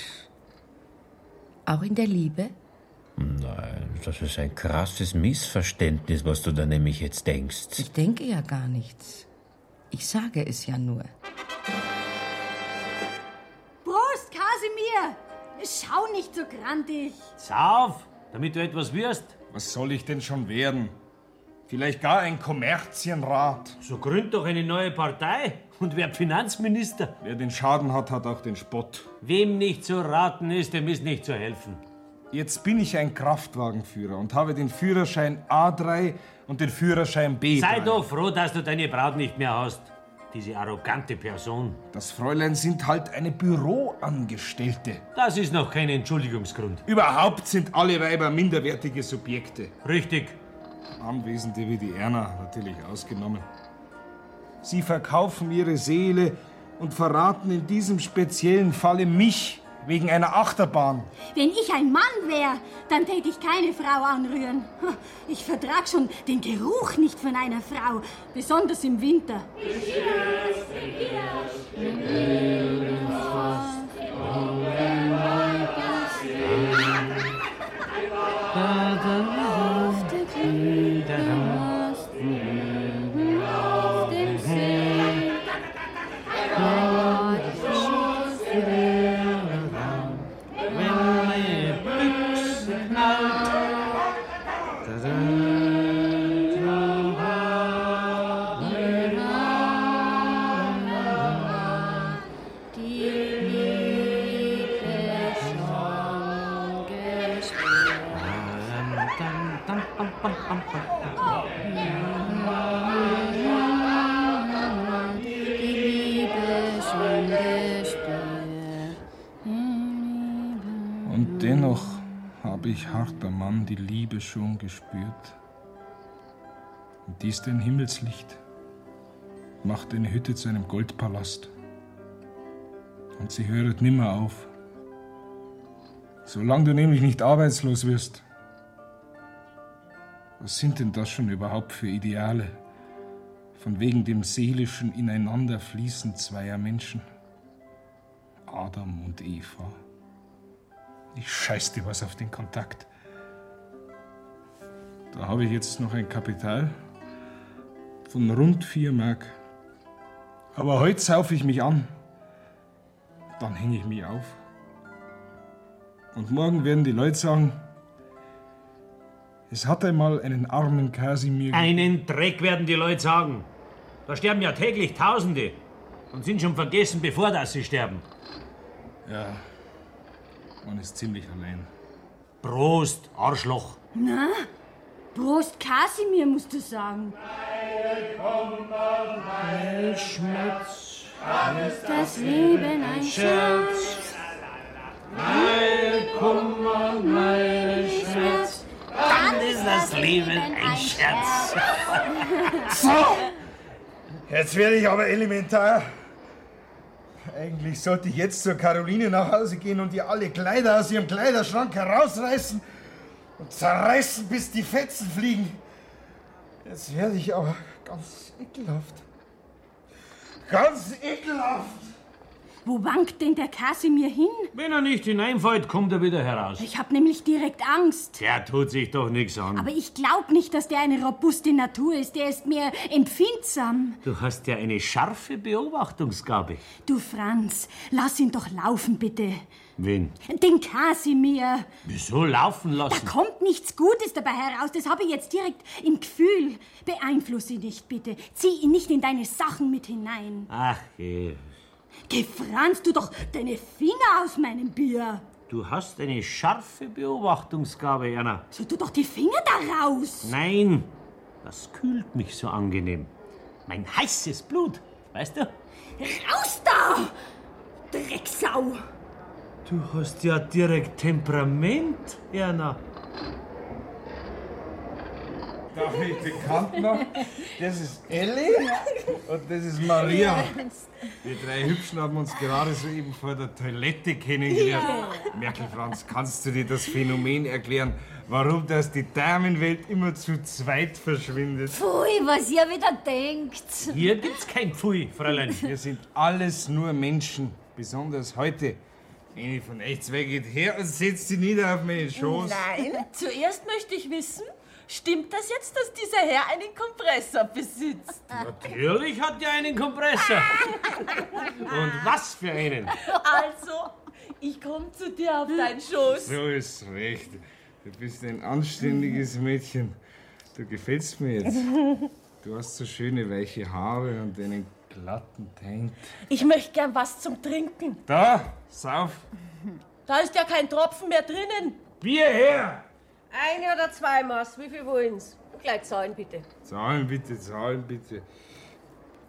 Speaker 5: Auch in der Liebe?
Speaker 3: Nein, das ist ein krasses Missverständnis, was du da nämlich jetzt denkst.
Speaker 5: Ich denke ja gar nichts. Ich sage es ja nur.
Speaker 15: Prost, Kasimir! Schau nicht so grantig.
Speaker 6: Sauf, damit du etwas wirst. Was soll ich denn schon werden? Vielleicht gar ein Kommerzienrat. So gründ doch eine neue Partei und werd Finanzminister. Wer den Schaden hat, hat auch den Spott. Wem nicht zu raten ist, dem ist nicht zu helfen. Jetzt bin ich ein Kraftwagenführer und habe den Führerschein A3 und den Führerschein B3.
Speaker 7: Sei doch froh, dass du deine Braut nicht mehr hast. Diese arrogante Person.
Speaker 6: Das Fräulein sind halt eine Büroangestellte.
Speaker 7: Das ist noch kein Entschuldigungsgrund.
Speaker 6: Überhaupt sind alle Weiber minderwertige Subjekte. Richtig. Anwesende wie die Erna natürlich ausgenommen. Sie verkaufen ihre Seele und verraten in diesem speziellen Falle mich wegen einer Achterbahn.
Speaker 15: Wenn ich ein Mann wäre, dann täte ich keine Frau anrühren. Ich vertrag schon den Geruch nicht von einer Frau, besonders im Winter.
Speaker 6: Und dennoch habe ich, harter Mann, die Liebe schon gespürt. Und dies denn Himmelslicht macht eine Hütte zu einem Goldpalast. Und sie höret nimmer auf. Solange du nämlich nicht arbeitslos wirst. Was sind denn das schon überhaupt für Ideale? Von wegen dem seelischen Ineinanderfließen zweier Menschen. Adam und Eva. Ich scheiß dir was auf den Kontakt. Da habe ich jetzt noch ein Kapital von rund vier Mark. Aber heute saufe ich mich an. Dann hänge ich mich auf. Und morgen werden die Leute sagen, es hat einmal einen armen Kasimir... ge-
Speaker 7: Einen Dreck werden die Leute sagen. Da sterben ja täglich Tausende und sind schon vergessen, bevor dass sie sterben.
Speaker 6: Ja, man ist ziemlich allein.
Speaker 7: Prost, Arschloch.
Speaker 15: Na, Prost Kasimir musst du sagen.
Speaker 16: Schmerz.
Speaker 15: Ist das Leben ein Scherz?
Speaker 16: Meine Kummer, meine Schmerz. Dann ist das Leben
Speaker 15: ein Scherz.
Speaker 9: So, jetzt werde ich aber elementar. Eigentlich sollte ich jetzt zur Caroline nach Hause gehen und ihr alle Kleider aus ihrem Kleiderschrank herausreißen und zerreißen, bis die Fetzen fliegen. Jetzt werde ich aber ganz ekelhaft. Ganz ekelhaft!
Speaker 15: Wo wankt denn der Kasimir hin?
Speaker 7: Wenn er nicht hineinfällt, kommt er wieder heraus.
Speaker 15: Ich hab nämlich direkt Angst.
Speaker 7: Der tut sich doch nichts an.
Speaker 15: Aber ich glaub nicht, dass der eine robuste Natur ist. Der ist mehr empfindsam.
Speaker 7: du hast ja eine scharfe Beobachtungsgabe.
Speaker 15: Du Franz, lass ihn doch laufen, bitte.
Speaker 7: Wen?
Speaker 15: Den Kasimir.
Speaker 7: Wieso laufen
Speaker 15: Da
Speaker 7: lassen?
Speaker 15: kommt nichts Gutes dabei heraus. Das habe ich jetzt direkt im Gefühl. Beeinfluss ihn nicht, bitte. Zieh ihn nicht in deine Sachen mit hinein.
Speaker 7: Ach, eh.
Speaker 15: Geh, Franz, du doch deine Finger aus meinem Bier.
Speaker 7: du hast eine scharfe Beobachtungsgabe, Erna.
Speaker 15: So, tu doch die Finger da raus.
Speaker 7: Nein, das kühlt mich so angenehm. Mein heißes Blut, weißt du?
Speaker 15: Raus da! Drecksau!
Speaker 7: Du hast ja direkt Temperament, Erna.
Speaker 9: Darf ich bekannt machen? Das ist Elli und das ist Maria.
Speaker 6: Die drei Hübschen haben uns gerade soeben vor der Toilette kennengelernt.
Speaker 9: Ja.
Speaker 6: Merkel Franz, kannst du dir das Phänomen erklären, warum das die Damenwelt immer zu zweit verschwindet?
Speaker 17: Pfui, was ihr wieder denkt.
Speaker 7: Hier gibt's kein Pfui, Fräulein.
Speaker 6: Wir sind alles nur Menschen, besonders heute. Eine von rechts weg geht her und setzt sie nieder auf meinen Schoß.
Speaker 18: Nein, zuerst möchte ich wissen, stimmt das jetzt, dass dieser Herr einen Kompressor besitzt?
Speaker 7: Natürlich hat er einen Kompressor. Und was für einen.
Speaker 18: Also, ich komme zu dir auf deinen Schoß.
Speaker 6: So ist recht. Du bist ein anständiges Mädchen. Du gefällst mir jetzt. Du hast so schöne weiche Haare und einen glatten Teint.
Speaker 18: Ich möchte gern was zum Trinken.
Speaker 6: Da, sauf.
Speaker 18: Da ist ja kein Tropfen mehr drinnen.
Speaker 6: Bier her!
Speaker 18: Eine oder zwei Maß, wie viel wollen's? Gleich zahlen, bitte.
Speaker 6: Zahlen bitte, zahlen bitte.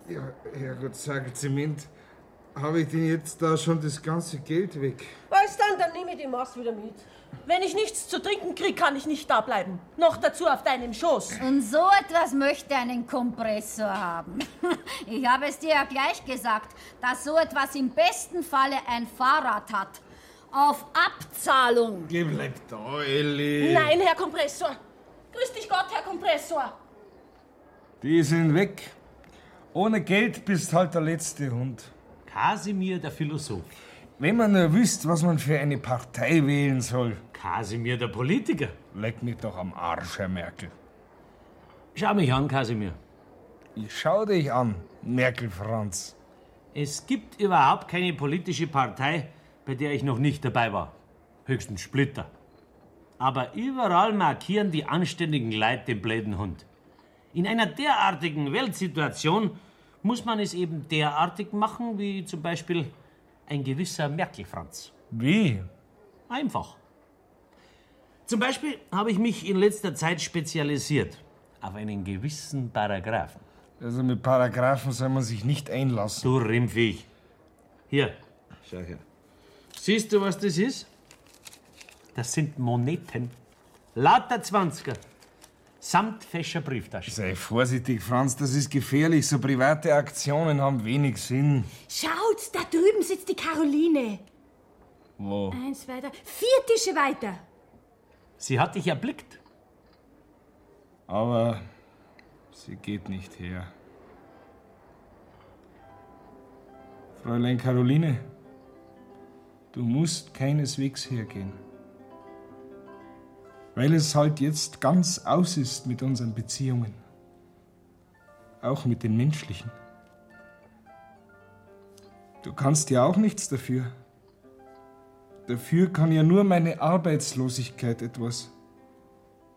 Speaker 6: Ja, Herrgott, sag Zement, habe ich denn jetzt da schon das ganze Geld weg?
Speaker 18: Weißt dann, dann nehme ich die Maß wieder mit. Wenn ich nichts zu trinken krieg, kann ich nicht da bleiben. Noch dazu auf deinem Schoß.
Speaker 15: Äh.
Speaker 17: Und so etwas möchte einen Kompressor haben. Ich habe es dir ja gleich gesagt, dass so etwas im besten Falle ein Fahrrad hat. Auf Abzahlung.
Speaker 6: Geh, bleib da, Elli.
Speaker 18: Nein, Herr Kompressor. Grüß dich Gott, Herr Kompressor.
Speaker 6: Die sind weg. Ohne Geld bist halt der letzte Hund.
Speaker 7: Kasimir, der Philosoph.
Speaker 6: Wenn man nur wüsst, was man für eine Partei wählen soll.
Speaker 7: Kasimir, der Politiker.
Speaker 6: Leck mich doch am Arsch, Herr Merkel.
Speaker 7: Schau mich an, Kasimir.
Speaker 6: Ich schau dich an, Merkel Franz.
Speaker 7: Es gibt überhaupt keine politische Partei, bei der ich noch nicht dabei war. Höchstens Splitter. Aber überall markieren die anständigen Leid den bläden Hund. In einer derartigen Weltsituation muss man es eben derartig machen, wie zum Beispiel ein gewisser Merkel-Franz.
Speaker 6: Wie?
Speaker 7: Einfach. Zum Beispiel habe ich mich in letzter Zeit spezialisiert auf einen gewissen Paragraphen.
Speaker 6: Also mit Paragraphen soll man sich nicht einlassen.
Speaker 7: Du Rimpfig. Hier.
Speaker 6: Schau her.
Speaker 7: Siehst du, was das ist? Das sind Moneten. Lauter Zwanziger. Samt fescher Brieftasche.
Speaker 6: Sei vorsichtig, Franz, das ist gefährlich. So private Aktionen haben wenig Sinn.
Speaker 15: Schaut, da drüben sitzt die Caroline.
Speaker 6: Wo?
Speaker 15: Eins weiter, vier Tische weiter.
Speaker 7: Sie hat dich erblickt.
Speaker 6: Aber sie geht nicht her. Fräulein Caroline, du musst keineswegs hergehen. Weil es halt jetzt ganz aus ist mit unseren Beziehungen. Auch mit den menschlichen. Du kannst ja auch nichts dafür. Dafür kann ja nur meine Arbeitslosigkeit etwas.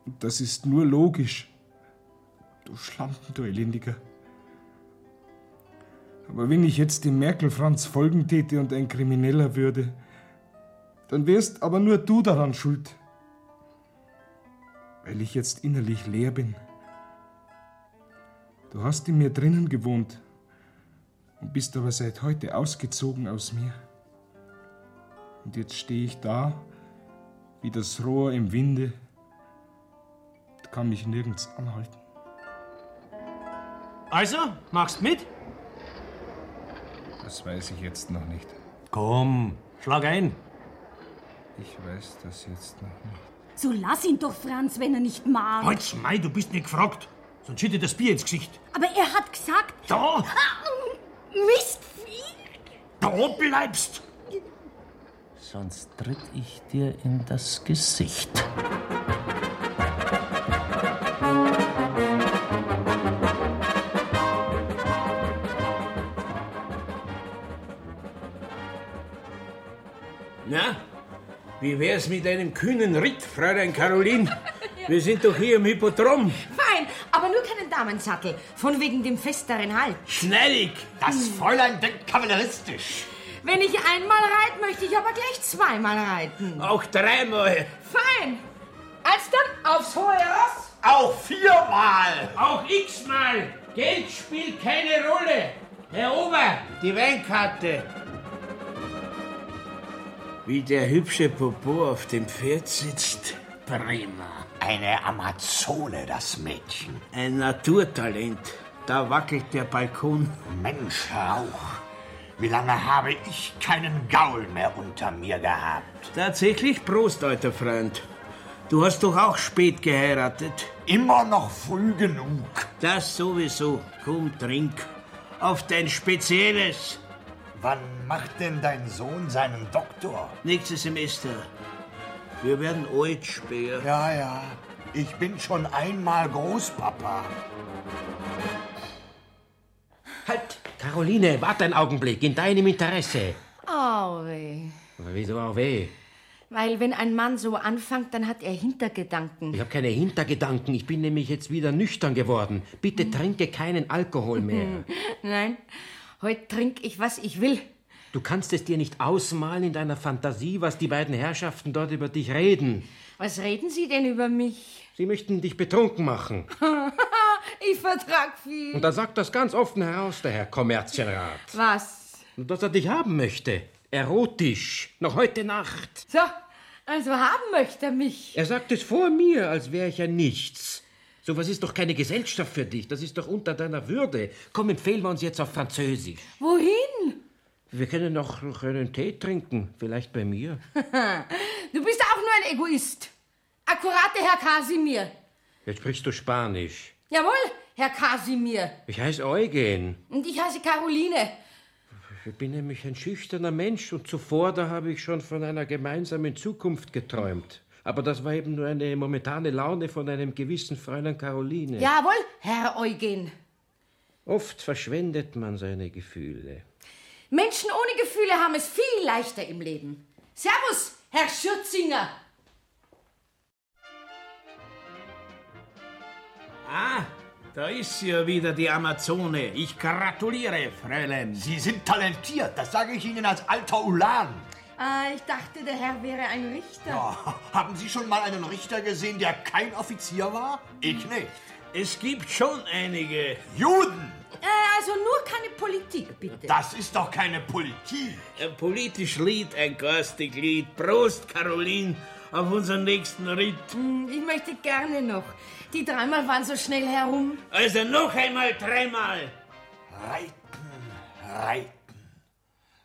Speaker 6: Und das ist nur logisch. Du Schlampen, du Elendiger. Aber wenn ich jetzt dem Merkel-Franz folgen täte und ein Krimineller würde, dann wärst aber nur du daran schuld. Weil ich jetzt innerlich leer bin. Du hast in mir drinnen gewohnt und bist aber seit heute ausgezogen aus mir. Und jetzt stehe ich da, wie das Rohr im Winde, und kann mich nirgends anhalten.
Speaker 7: Also, machst mit?
Speaker 6: Das weiß ich jetzt noch nicht.
Speaker 7: Komm, schlag ein.
Speaker 6: Ich weiß das jetzt noch nicht.
Speaker 15: So lass ihn doch, Franz, wenn er nicht mag.
Speaker 7: Halt, Schmei, du bist nicht gefragt. Sonst schütte das Bier ins Gesicht.
Speaker 15: Aber er hat gesagt...
Speaker 7: Da!
Speaker 17: "Ah,
Speaker 15: Mistvieh!
Speaker 7: Da bleibst!
Speaker 19: Sonst tritt ich dir in das Gesicht.
Speaker 8: Na, wie wär's mit einem kühnen Ritt, Fräulein Caroline? Wir sind doch hier im Hippodrom.
Speaker 5: Fein, aber nur keinen Damensattel. Von wegen dem festeren Halt.
Speaker 9: Schnellig! Das Fräulein denkt kavalleristisch.
Speaker 5: Wenn ich einmal reite, möchte ich aber gleich zweimal reiten.
Speaker 8: Auch dreimal.
Speaker 5: Fein. Als dann aufs hohe Ross.
Speaker 9: Auch viermal.
Speaker 8: Auch x-mal. Geld spielt keine Rolle. Herr Ober, die Weinkarte. Wie der hübsche Popo auf dem Pferd sitzt. Prima.
Speaker 9: Eine Amazone, das Mädchen.
Speaker 8: Ein Naturtalent. Da wackelt der Balkon.
Speaker 9: Mensch, Rauch. Wie lange habe ich keinen Gaul mehr unter mir gehabt?
Speaker 8: Tatsächlich Prost, alter Freund. Du hast doch auch spät geheiratet.
Speaker 9: Immer noch früh genug.
Speaker 8: Das sowieso. Komm, trink. Auf dein Spezielles.
Speaker 9: Wann macht denn dein Sohn seinen Doktor?
Speaker 8: Nächstes Semester. Wir werden alt, Speer.
Speaker 9: Ja, ja. Ich bin schon einmal Großpapa.
Speaker 3: Halt! Caroline, warte einen Augenblick, in deinem Interesse.
Speaker 5: Auweh.
Speaker 3: Aber wieso auch weh?
Speaker 5: Weil wenn ein Mann so anfängt, dann hat er Hintergedanken.
Speaker 3: Ich habe keine Hintergedanken, ich bin nämlich jetzt wieder nüchtern geworden. Bitte trinke keinen Alkohol mehr.
Speaker 5: Nein, heute trinke ich, was ich will.
Speaker 3: Du kannst es dir nicht ausmalen in deiner Fantasie, was die beiden Herrschaften dort über dich reden.
Speaker 5: Was reden Sie denn über mich?
Speaker 3: Sie möchten dich betrunken machen.
Speaker 5: ich vertrag viel.
Speaker 3: Und da sagt das ganz offen heraus, der Herr Kommerzienrat.
Speaker 5: Was?
Speaker 3: Und dass er dich haben möchte. Erotisch. Noch heute Nacht.
Speaker 5: So, also haben möchte er mich.
Speaker 3: Er sagt es vor mir, als wäre ich ja nichts. Sowas ist doch keine Gesellschaft für dich. Das ist doch unter deiner Würde. Komm, empfehlen wir uns jetzt auf Französisch.
Speaker 5: Wohin?
Speaker 3: Wir können noch noch einen Tee trinken. Vielleicht bei mir.
Speaker 5: du bist auch nur ein Egoist. Akkurate Herr Kasimir.
Speaker 3: Jetzt sprichst du Spanisch.
Speaker 5: Jawohl, Herr Kasimir.
Speaker 3: Ich heiße Eugen.
Speaker 5: Und ich heiße Caroline.
Speaker 3: Ich bin nämlich ein schüchterner Mensch und zuvor, da habe ich schon von einer gemeinsamen Zukunft geträumt. Aber das war eben nur eine momentane Laune von einem gewissen Fräulein Caroline.
Speaker 5: Jawohl, Herr Eugen.
Speaker 3: Oft verschwendet man seine Gefühle.
Speaker 5: Menschen ohne Gefühle haben es viel leichter im Leben. Servus, Herr Schürzinger.
Speaker 8: Ah, da ist sie ja wieder die Amazone. Ich gratuliere, Fräulein.
Speaker 9: Sie sind talentiert, das sage ich Ihnen als alter Ulan.
Speaker 5: Ah, ich dachte, der Herr wäre ein Richter.
Speaker 9: Ja, haben Sie schon mal einen Richter gesehen, der kein Offizier war? Ich nicht.
Speaker 8: Es gibt schon einige.
Speaker 9: Juden!
Speaker 5: Äh, also nur keine Politik, bitte.
Speaker 9: Das ist doch keine Politik.
Speaker 8: Ein Äh, politisch Lied, ein garstig Lied. Prost, Caroline, auf unseren nächsten Ritt.
Speaker 5: Hm, Ich möchte gerne noch. Die dreimal waren so schnell herum.
Speaker 8: Also noch einmal, dreimal.
Speaker 9: Reiten, reiten.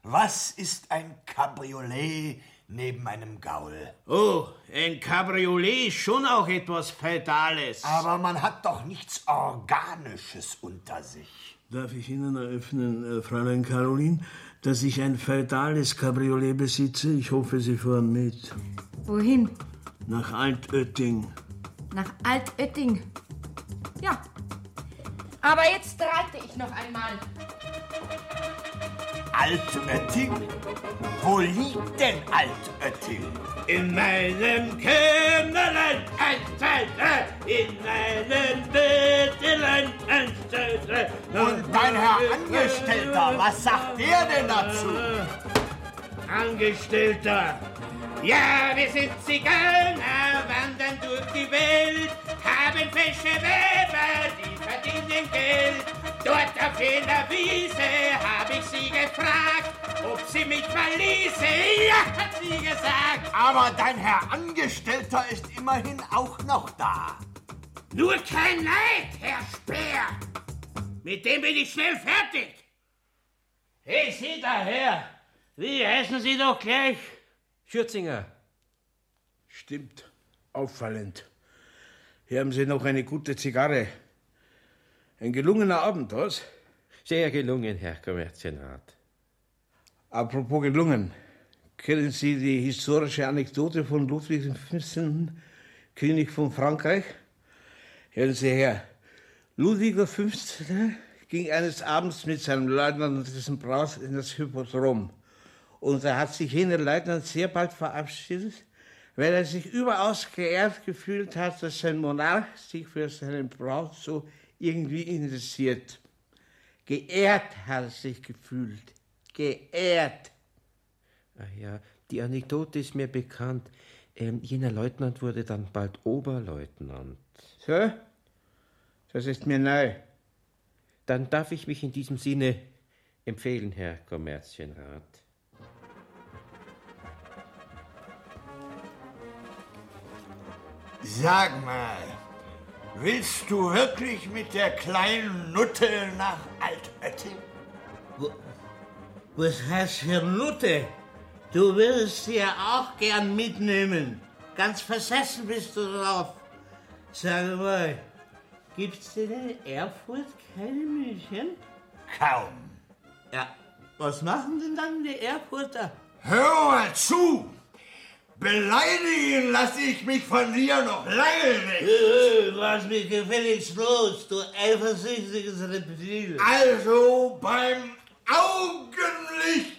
Speaker 9: Was ist ein Cabriolet neben einem Gaul?
Speaker 8: Oh, ein Cabriolet ist schon auch etwas Feudales.
Speaker 9: Aber man hat doch nichts Organisches unter sich.
Speaker 8: Darf ich Ihnen eröffnen, äh, Fräulein Caroline, dass ich ein feudales Cabriolet besitze? Ich hoffe, Sie fahren mit.
Speaker 5: Wohin?
Speaker 8: Nach Altötting.
Speaker 5: Nach Altötting. Ja. Aber jetzt reite ich noch einmal.
Speaker 9: Altötting? Wo liegt denn Altötting?
Speaker 16: In meinem Kämmerlein ein, zwei, drei, in meinem Bettelein ein, zwei, drei.
Speaker 9: Und dein Herr Angestellter, was sagt der denn dazu?
Speaker 16: Angestellter. Ja, wir sind Zigeuner, wandern durch die Welt, haben fesche Weber, die verdienen Geld. Dort auf jener Wiese hab ich sie gefragt, ob sie mich verließe. Ja, hat sie gesagt.
Speaker 9: Aber dein Herr Angestellter ist immerhin auch noch da.
Speaker 16: Nur kein Leid, Herr Speer. Mit dem bin ich schnell fertig. Hey, Sie daher. Wie heißen Sie doch gleich?
Speaker 3: Schürzinger.
Speaker 20: Stimmt. Auffallend. Hier haben Sie noch eine gute Zigarre. Ein gelungener Abend, was?
Speaker 3: Sehr gelungen, Herr Kommerzienrat.
Speaker 20: Apropos gelungen. Kennen Sie die historische Anekdote von Ludwig XV., König von Frankreich? Hören Sie her. Ludwig XV. ging eines Abends mit seinem Leutnant dessen Braus in das Hippodrom. Und da hat sich jener Leutnant sehr bald verabschiedet, weil er sich überaus geehrt gefühlt hat, dass sein Monarch sich für seinen Braut so irgendwie interessiert. Geehrt hat er sich gefühlt. Geehrt.
Speaker 3: Ach Ah ja, die Anekdote ist mir bekannt. Ähm, jener Leutnant wurde dann bald Oberleutnant.
Speaker 20: So? Das ist mir neu.
Speaker 3: Dann darf ich mich in diesem Sinne empfehlen, Herr Kommerzienrat.
Speaker 9: Sag mal, willst du wirklich mit der kleinen Nutte nach Altötting?
Speaker 8: Was heißt hier Nutte? Du würdest sie ja auch gern mitnehmen. Ganz versessen bist du drauf. Sag mal, gibt's denn in Erfurt keine München?
Speaker 9: Kaum.
Speaker 8: Ja, was machen denn dann die Erfurter?
Speaker 9: Hör mal zu! Beleidigen lasse ich mich von dir noch lange
Speaker 8: nicht. Lass mich gefälligst los, du eifersüchtiges Reptil.
Speaker 9: Also beim Augenlicht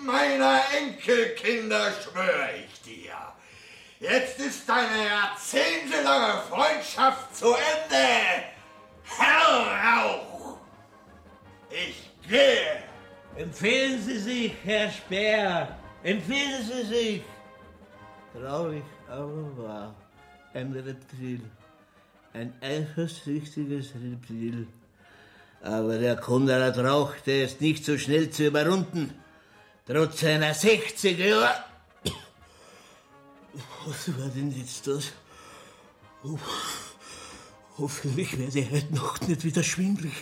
Speaker 9: meiner Enkelkinder schwöre ich dir. Jetzt ist deine jahrzehntelange Freundschaft zu Ende. Herr Rauch, ich gehe.
Speaker 8: Empfehlen Sie sich, Herr Speer. Empfehlen Sie sich. Traurig, aber wahr. Ein Reptil. Ein eifersüchtiges Reptil. Aber der Konrad Rauch, der ist nicht so schnell zu überrunden. Trotz seiner 60 Jahre. Was war denn jetzt das? Oh, hoffentlich werde ich heute Nacht nicht wieder schwindlig.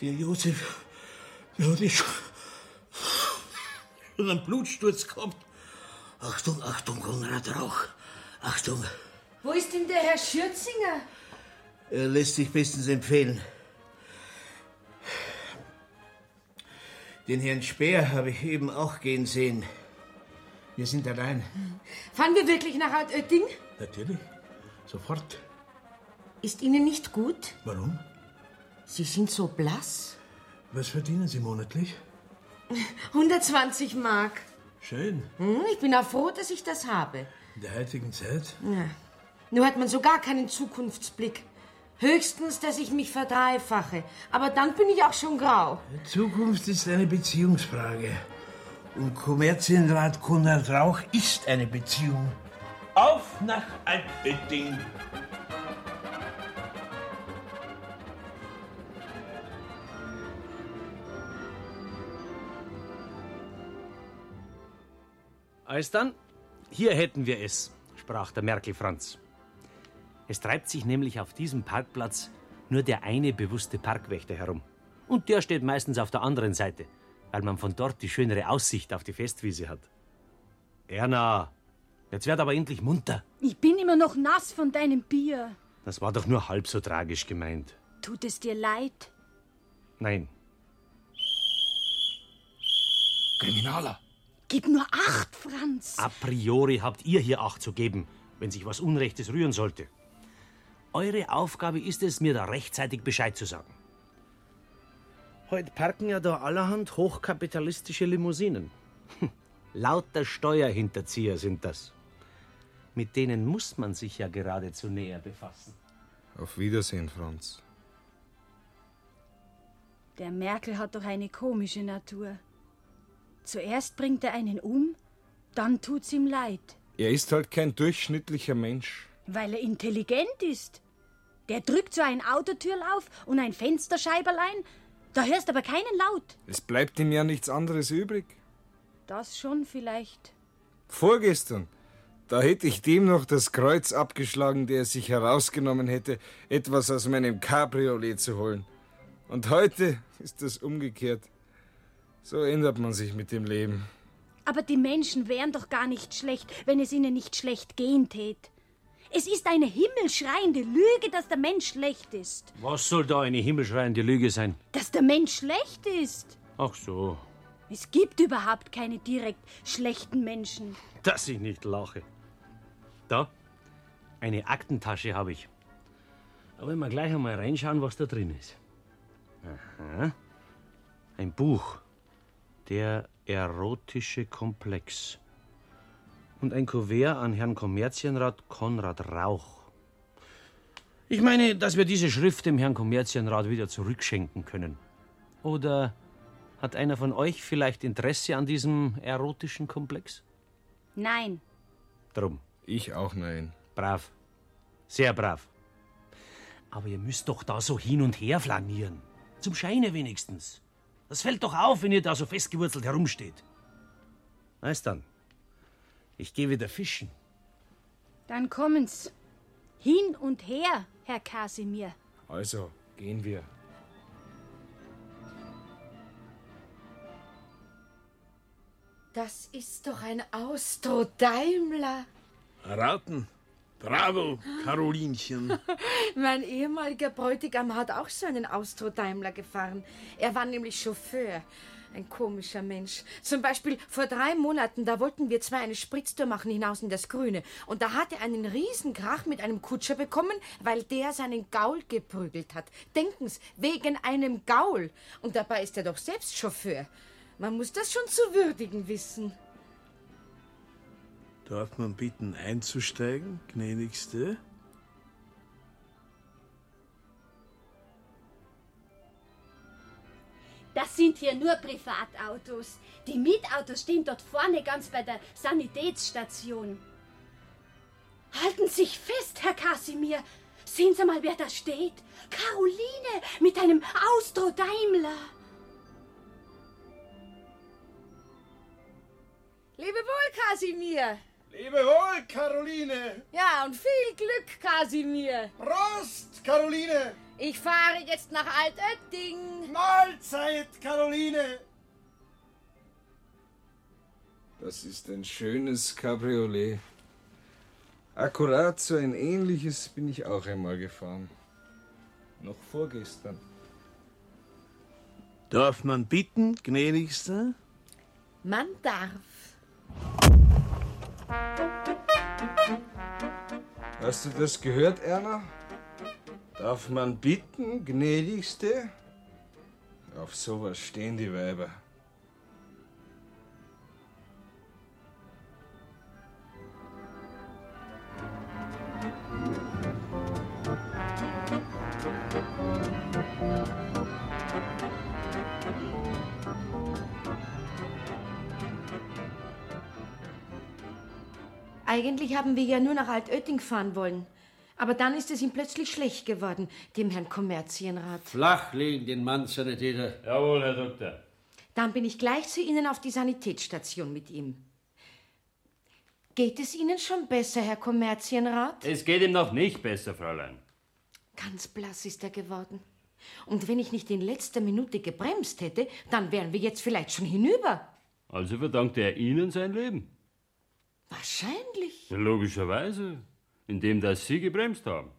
Speaker 8: Der Josef, der hat ich schon einen Blutsturz gehabt. Achtung, Achtung, Konrad Rauch. Achtung.
Speaker 5: Wo ist denn der Herr Schürzinger?
Speaker 8: Er lässt sich bestens empfehlen.
Speaker 20: Den Herrn Speer habe ich eben auch gehen sehen. Wir sind allein.
Speaker 5: Fahren wir wirklich nach Altötting?
Speaker 20: Natürlich. Sofort.
Speaker 5: Ist Ihnen nicht gut?
Speaker 20: Warum?
Speaker 5: Sie sind so blass.
Speaker 20: Was verdienen Sie monatlich?
Speaker 5: 120 Mark.
Speaker 20: Schön.
Speaker 5: Hm, Ich bin auch froh, dass ich das habe.
Speaker 20: In der heutigen Zeit?
Speaker 5: Ja. Nur hat man so gar keinen Zukunftsblick. Höchstens, dass ich mich verdreifache. Aber dann bin ich auch schon grau.
Speaker 20: Zukunft ist eine Beziehungsfrage. Und Kommerzienrat Konrad Rauch ist eine Beziehung. Auf nach Altötting.
Speaker 7: Alsdann, hier hätten wir es, sprach der Merkel Franz. Es treibt sich nämlich auf diesem Parkplatz nur der eine bewusste Parkwächter herum. Und der steht meistens auf der anderen Seite, weil man von dort die schönere Aussicht auf die Festwiese hat. Erna, jetzt werd aber endlich munter.
Speaker 15: Ich bin immer noch nass von deinem Bier.
Speaker 7: Das war doch nur halb so tragisch gemeint.
Speaker 15: Tut es dir leid?
Speaker 7: Nein. Kriminaler.
Speaker 15: Gib nur acht, Franz.
Speaker 7: A priori habt ihr hier Acht zu geben, wenn sich was Unrechtes rühren sollte. Eure Aufgabe ist es, mir da rechtzeitig Bescheid zu sagen.
Speaker 21: Heute parken ja da allerhand hochkapitalistische Limousinen. Hm, Lauter Steuerhinterzieher sind das. Mit denen muss man sich ja geradezu näher befassen.
Speaker 6: Auf Wiedersehen, Franz.
Speaker 15: Der Merkel hat doch eine komische Natur. Zuerst bringt er einen um, dann tut's ihm leid,
Speaker 6: Er ist halt kein durchschnittlicher Mensch.
Speaker 15: weil er intelligent ist. Der drückt so ein Autotürl auf und ein Fensterscheiberlein, da hörst aber keinen Laut.
Speaker 6: Es bleibt ihm ja nichts anderes übrig.
Speaker 15: Das schon vielleicht.
Speaker 6: Vorgestern, da hätte ich dem noch das Kreuz abgeschlagen, der es sich herausgenommen hätte, etwas aus meinem Cabriolet zu holen. Und heute ist das umgekehrt. So ändert man sich mit dem Leben.
Speaker 15: Aber die Menschen wären doch gar nicht schlecht, wenn es ihnen nicht schlecht gehen tät. Es ist eine himmelschreiende Lüge, dass der Mensch schlecht ist.
Speaker 7: Was soll da eine himmelschreiende Lüge sein?
Speaker 15: Dass der Mensch schlecht ist.
Speaker 7: Ach so,
Speaker 15: Es gibt überhaupt keine direkt schlechten Menschen.
Speaker 7: dass ich nicht lache. Da, eine Aktentasche habe ich. Da wollen wir gleich einmal reinschauen, was da drin ist. Aha. Ein Buch. Der erotische Komplex. Und ein Kuvert an Herrn Kommerzienrat Konrad Rauch. Ich meine, dass wir diese Schrift dem Herrn Kommerzienrat wieder zurückschenken können. Oder hat einer von euch vielleicht Interesse an diesem erotischen Komplex?
Speaker 15: Nein,
Speaker 7: Drum.
Speaker 6: Ich auch nein.
Speaker 7: Brav. Sehr brav. Aber ihr müsst doch da so hin und her flanieren. Zum Scheine wenigstens. Das fällt doch auf, wenn ihr da so festgewurzelt herumsteht. Weiß dann. Ich gehe wieder fischen.
Speaker 15: dann kommen's. Hin und her, Herr Kasimir.
Speaker 6: Also, gehen wir.
Speaker 5: Das ist doch ein Austro-Daimler.
Speaker 8: Raten. Bravo, Karolinchen.
Speaker 5: Mein ehemaliger Bräutigam hat auch so einen Austro-Daimler gefahren. Er war nämlich Chauffeur. Ein komischer Mensch. Zum Beispiel vor drei Monaten, da wollten wir zwei eine Spritztour machen hinaus in das Grüne. Und da hat er einen Riesenkrach mit einem Kutscher bekommen, weil der seinen Gaul geprügelt hat. Denken's, wegen einem Gaul. Und dabei ist er doch selbst Chauffeur. Man muss das schon zu würdigen wissen.
Speaker 8: Darf man bitten einzusteigen, gnädigste?
Speaker 22: Das sind hier nur Privatautos. Die Mietautos stehen dort vorne ganz bei der Sanitätsstation. Halten Sie sich fest, Herr Kasimir. Sehen Sie mal, wer da steht. Caroline mit einem Austro-Daimler.
Speaker 5: Lebewohl, Kasimir!
Speaker 9: Lebewohl, Caroline!
Speaker 5: Ja, und viel Glück, Kasimir!
Speaker 9: Prost, Caroline!
Speaker 5: Ich fahre jetzt nach Altötting!
Speaker 9: Mahlzeit, Caroline!
Speaker 6: Das ist ein schönes Cabriolet. Akkurat so ein ähnliches bin ich auch einmal gefahren. Noch vorgestern.
Speaker 8: Darf man bitten, gnädigste?
Speaker 5: Man darf.
Speaker 6: Hast du das gehört, Erna? Darf man bitten, gnädigste? Auf sowas stehen die Weiber.
Speaker 5: Eigentlich haben wir ja nur nach Altötting fahren wollen. Aber dann ist es ihm plötzlich schlecht geworden, dem Herrn Kommerzienrat.
Speaker 23: Flachlegen den Mann, Sanitäter. Jawohl, Herr Doktor.
Speaker 5: Dann bin ich gleich zu Ihnen auf die Sanitätsstation mit ihm. Geht es Ihnen schon besser, Herr Kommerzienrat?
Speaker 24: Es geht ihm noch nicht besser, Fräulein.
Speaker 5: Ganz blass ist er geworden. Und wenn ich nicht in letzter Minute gebremst hätte, dann wären wir jetzt vielleicht schon hinüber.
Speaker 24: Also verdankt er Ihnen sein Leben.
Speaker 5: Wahrscheinlich.
Speaker 24: Ja, Logischerweise, indem dass Sie gebremst haben.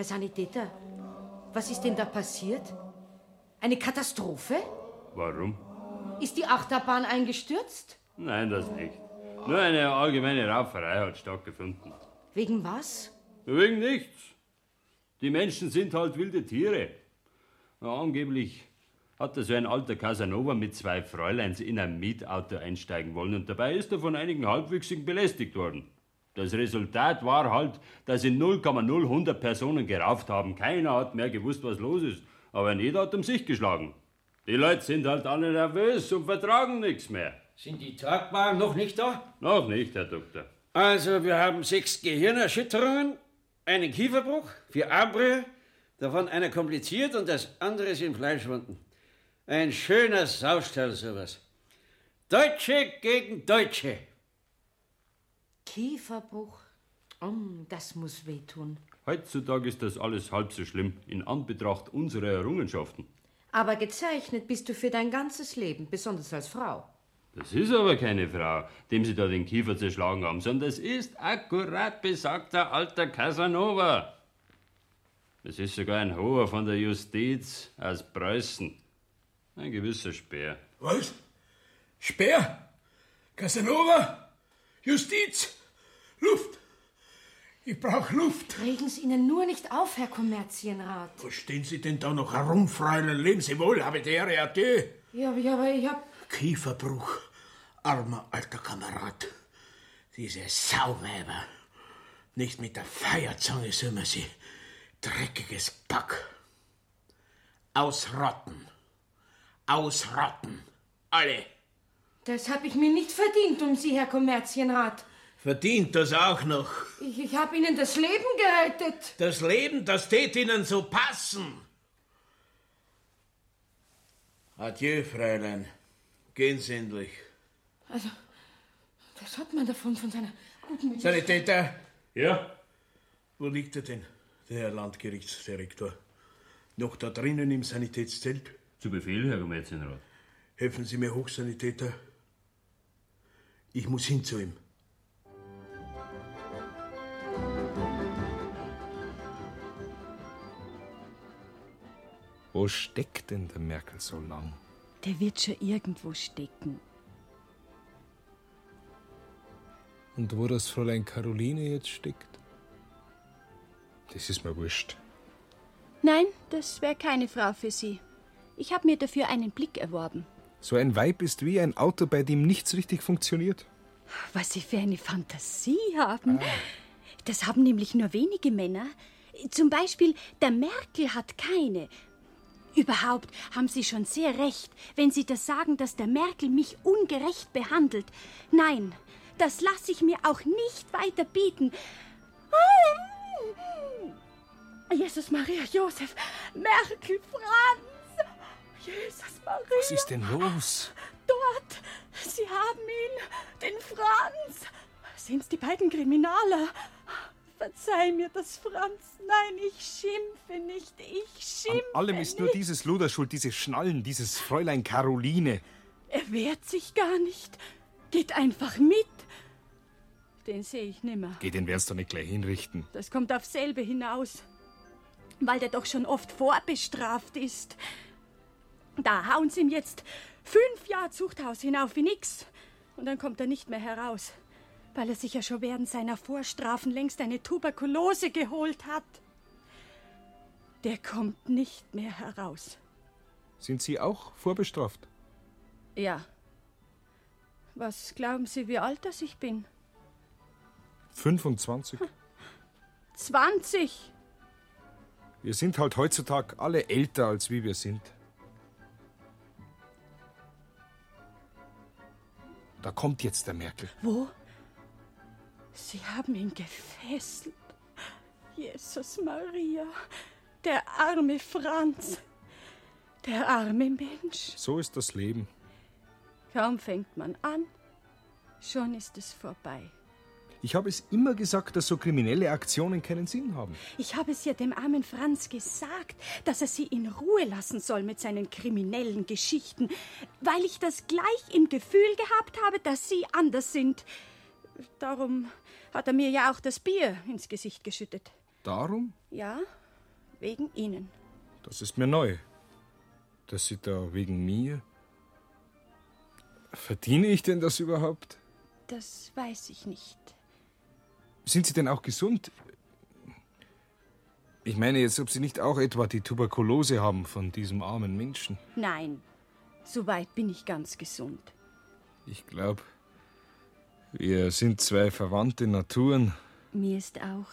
Speaker 5: Sanitäter, was ist denn da passiert? Eine Katastrophe?
Speaker 24: Warum?
Speaker 5: Ist die Achterbahn eingestürzt?
Speaker 24: Nein, das nicht. Nur eine allgemeine Rauferei hat stattgefunden.
Speaker 5: Wegen was?
Speaker 24: Wegen nichts. Die Menschen sind halt wilde Tiere. Na, angeblich hatte so ein alter Casanova mit zwei Fräuleins in ein Mietauto einsteigen wollen und dabei ist er von einigen Halbwüchsigen belästigt worden. Das Resultat war halt, dass in 0,0100 Personen gerauft haben. Keiner hat mehr gewusst, was los ist, aber ein jeder hat um sich geschlagen. Die Leute sind halt alle nervös und vertragen nichts mehr.
Speaker 3: Sind die Tragbaren noch nicht da?
Speaker 24: Noch nicht, Herr Doktor.
Speaker 3: Also, wir haben sechs Gehirnerschütterungen, einen Kieferbruch, vier Armbrühe, davon einer kompliziert und das andere sind Fleischwunden. Ein schöner Saustall, sowas. Deutsche gegen Deutsche.
Speaker 5: Kieferbruch. Oh, das muss wehtun.
Speaker 24: Heutzutage ist das alles halb so schlimm in Anbetracht unserer Errungenschaften.
Speaker 5: Aber gezeichnet bist du für dein ganzes Leben, besonders als Frau.
Speaker 24: Das ist aber keine Frau, dem Sie da den Kiefer zerschlagen haben, sondern es ist akkurat besagter alter Casanova. Es ist sogar ein Hoher von der Justiz aus Preußen. Ein gewisser Speer.
Speaker 8: Was? Speer? Casanova? Justiz? Luft! Ich brauch Luft!
Speaker 5: Regen Sie ihnen nur nicht auf, Herr Kommerzienrat.
Speaker 8: Wo stehen Sie denn da noch herum, Fräulein? Leben Sie wohl, habe die Ehre, adieu.
Speaker 5: Ja, aber- ja, aber ich hab.
Speaker 8: Kieferbruch, armer alter Kamerad. Diese Sauweiber. Nicht mit der Feierzange sümmer sie. Dreckiges Pack. Ausrotten. Ausrotten. Alle.
Speaker 5: Das hab ich mir nicht verdient um Sie, Herr Kommerzienrat.
Speaker 8: Verdient das auch noch.
Speaker 5: Ich, ich hab Ihnen das Leben gerettet.
Speaker 8: Das Leben, das tät Ihnen so passen. Adieu, Fräulein. Gehen Sie endlich.
Speaker 5: Also, das hat man davon, von seiner guten
Speaker 8: Sanitäter?
Speaker 24: Ja?
Speaker 8: Wo liegt er denn, der Herr Landgerichtsdirektor? Noch da drinnen im Sanitätszelt?
Speaker 24: Zu Befehl, Herr Kommerzienrat.
Speaker 8: Helfen Sie mir hoch, Sanitäter. Ich muss hin zu ihm.
Speaker 25: Wo steckt denn der Merkel so lang?
Speaker 15: Der wird schon irgendwo stecken.
Speaker 25: Und wo das Fräulein Caroline jetzt steckt? Das ist mir wurscht.
Speaker 15: Nein, das wäre keine Frau für Sie. Ich habe mir dafür einen Blick erworben.
Speaker 25: So ein Weib ist wie ein Auto, bei dem nichts richtig funktioniert.
Speaker 15: Was Sie für eine Fantasie haben.
Speaker 25: Ah.
Speaker 15: Das haben nämlich nur wenige Männer. Zum Beispiel der Merkel hat keine. Überhaupt haben Sie schon sehr recht, wenn Sie das sagen, dass der Merkel mich ungerecht behandelt. Nein, das lasse ich mir auch nicht weiter bieten. Jesus Maria Josef, Merkel Franz, Jesus Maria.
Speaker 25: Was ist denn los?
Speaker 15: Dort! Sie haben ihn! Den Franz! Sind's die beiden Kriminaler? Verzeih mir das, Franz. Nein, ich schimpfe nicht. Ich
Speaker 25: An
Speaker 15: schimpfe.
Speaker 25: allem ist nur
Speaker 15: nicht.
Speaker 25: dieses Luder schuld, diese Schnallen, dieses Fräulein Caroline.
Speaker 15: Er wehrt sich gar nicht. Geht einfach mit. Den sehe ich nimmer.
Speaker 25: Geh, den werd's doch nicht gleich hinrichten.
Speaker 15: Das kommt auf selbe hinaus. Weil der doch schon oft vorbestraft ist. Da hauen sie ihm jetzt fünf Jahre Zuchthaus hinauf wie nix. Und dann kommt er nicht mehr heraus. Weil er sich ja schon während seiner Vorstrafen längst eine Tuberkulose geholt hat. Der kommt nicht mehr heraus.
Speaker 25: Sind Sie auch vorbestraft?
Speaker 15: Ja. Was glauben Sie, wie alt das ich bin?
Speaker 25: 25.
Speaker 15: 20.
Speaker 25: Wir sind halt heutzutage alle älter, als wie wir sind. Da kommt jetzt der Merkel.
Speaker 15: Wo? Sie haben ihn gefesselt. Jesus Maria, der arme Franz, der arme Mensch.
Speaker 25: So ist das Leben.
Speaker 15: Kaum fängt man an, schon ist es vorbei.
Speaker 25: Ich habe es immer gesagt, dass so kriminelle Aktionen keinen Sinn haben.
Speaker 15: Ich habe es ja dem armen Franz gesagt, dass er sie in Ruhe lassen soll mit seinen kriminellen Geschichten, weil ich das gleich im Gefühl gehabt habe, dass sie anders sind. Darum hat er mir ja auch das Bier ins Gesicht geschüttet.
Speaker 25: Darum?
Speaker 15: Ja, Wegen Ihnen.
Speaker 6: Das ist mir neu. Dass Sie da wegen mir. Verdiene ich denn das überhaupt?
Speaker 15: Das weiß ich nicht.
Speaker 6: Sind Sie denn auch gesund? Ich meine jetzt, ob Sie nicht auch etwa die Tuberkulose haben von diesem armen Menschen.
Speaker 15: Nein, soweit bin ich ganz gesund.
Speaker 6: Ich glaube, wir sind zwei verwandte Naturen.
Speaker 15: Mir ist auch,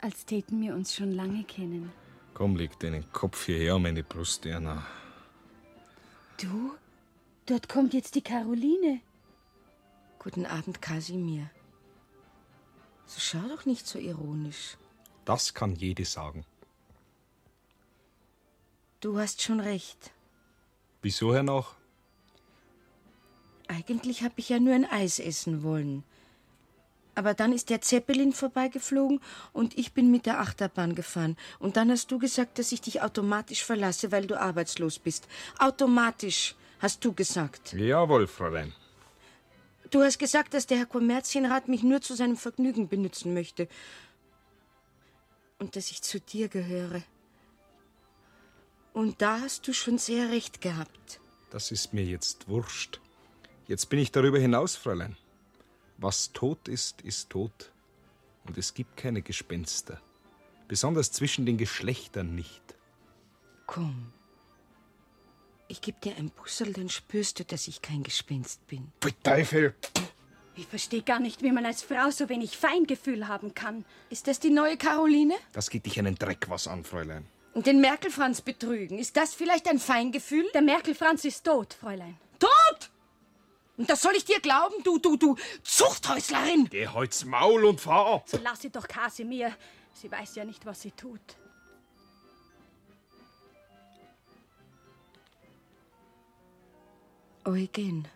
Speaker 15: als täten wir uns schon lange kennen.
Speaker 6: Komm, leg deinen Kopf hierher an meine Brust, Erna.
Speaker 15: Du? Dort kommt jetzt die Caroline.
Speaker 5: Guten Abend, Kasimir. So schau doch nicht so ironisch.
Speaker 6: Das kann jede sagen.
Speaker 5: Du hast schon recht.
Speaker 6: Wieso, Herr Noch?
Speaker 5: Eigentlich habe ich ja nur ein Eis essen wollen. Aber dann ist der Zeppelin vorbeigeflogen und ich bin mit der Achterbahn gefahren. Und dann hast du gesagt, dass ich dich automatisch verlasse, weil du arbeitslos bist. Automatisch, hast du gesagt.
Speaker 6: Jawohl, Fräulein.
Speaker 5: Du hast gesagt, dass der Herr Kommerzienrat mich nur zu seinem Vergnügen benutzen möchte. Und dass ich zu dir gehöre. Und da hast du schon sehr recht gehabt.
Speaker 6: Das ist mir jetzt wurscht. Jetzt bin ich darüber hinaus, Fräulein. Was tot ist, ist tot. Und es gibt keine Gespenster. Besonders zwischen den Geschlechtern nicht.
Speaker 5: Komm. Ich geb dir ein Bussel, dann spürst du, dass ich kein Gespenst bin.
Speaker 6: Teufel!
Speaker 15: Ich verstehe gar nicht, wie man als Frau so wenig Feingefühl haben kann.
Speaker 5: Ist das die neue Caroline?
Speaker 6: Das geht dich einen Dreck was an, Fräulein.
Speaker 5: Und den Merkel-Franz betrügen. Ist das vielleicht ein Feingefühl?
Speaker 15: Der Merkel-Franz ist tot, Fräulein.
Speaker 5: Tot! Und das soll ich dir glauben, du, du, du Zuchthäuslerin!
Speaker 6: Geh heut's Maul und fahr ab!
Speaker 15: So lass sie doch Kasimir. Sie weiß ja nicht, was sie tut.
Speaker 5: Eugen,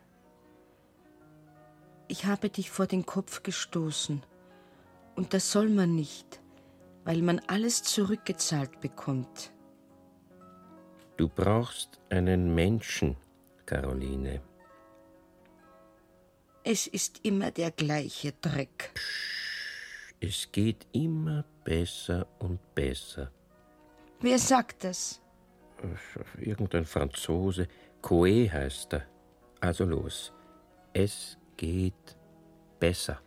Speaker 5: ich habe dich vor den Kopf gestoßen. Und das soll man nicht, weil man alles zurückgezahlt bekommt.
Speaker 3: Du brauchst einen Menschen, Caroline.
Speaker 5: Es ist immer der gleiche Dreck.
Speaker 3: Es geht immer besser und besser.
Speaker 5: Wer sagt das?
Speaker 3: Irgendein Franzose, Coe heißt er. Also los, es geht besser.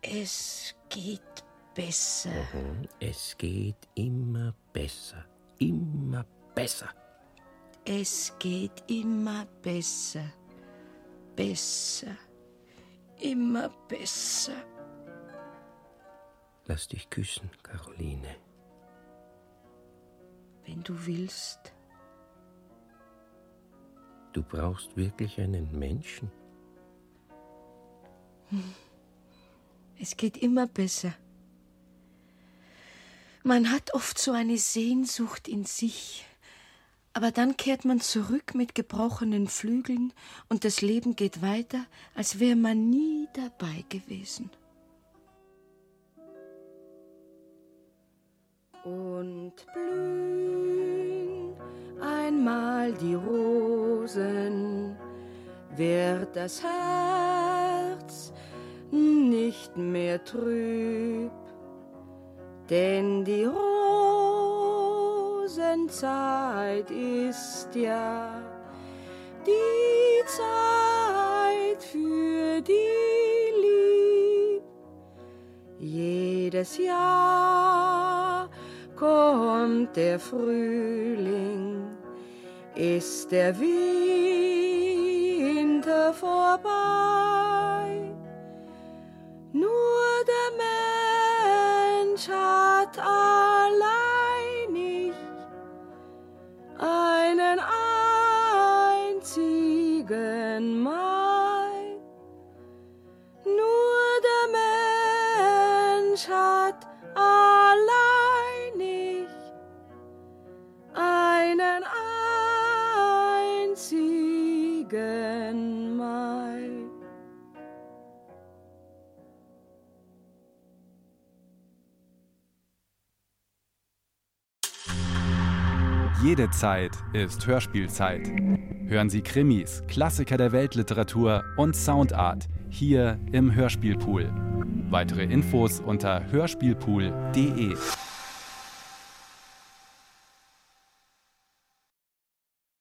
Speaker 5: Es geht besser.
Speaker 3: Mhm. Es geht immer besser, immer besser.
Speaker 5: Es geht immer besser. Besser. Immer besser.
Speaker 3: Lass dich küssen, Caroline.
Speaker 5: Wenn du willst.
Speaker 3: Du brauchst wirklich einen Menschen.
Speaker 5: Hm. Es geht immer besser. Man hat oft so eine Sehnsucht in sich, aber dann kehrt man zurück mit gebrochenen Flügeln und das Leben geht weiter, als wäre man nie dabei gewesen. Und blühen einmal die Rosen, wird das Herz nicht mehr trüb, denn die Rosenzeit ist ja die Zeit für die Lieb. Jedes Jahr kommt der Frühling, ist der Winter vorbei. Nur der Mensch hat alleinig einen einzigen Mai. Nur der Mensch hat alleinig einen einzigen Mai.
Speaker 4: Jede Zeit ist Hörspielzeit. Hören Sie Krimis, Klassiker der Weltliteratur und Soundart hier im Hörspielpool. Weitere Infos unter hörspielpool.de.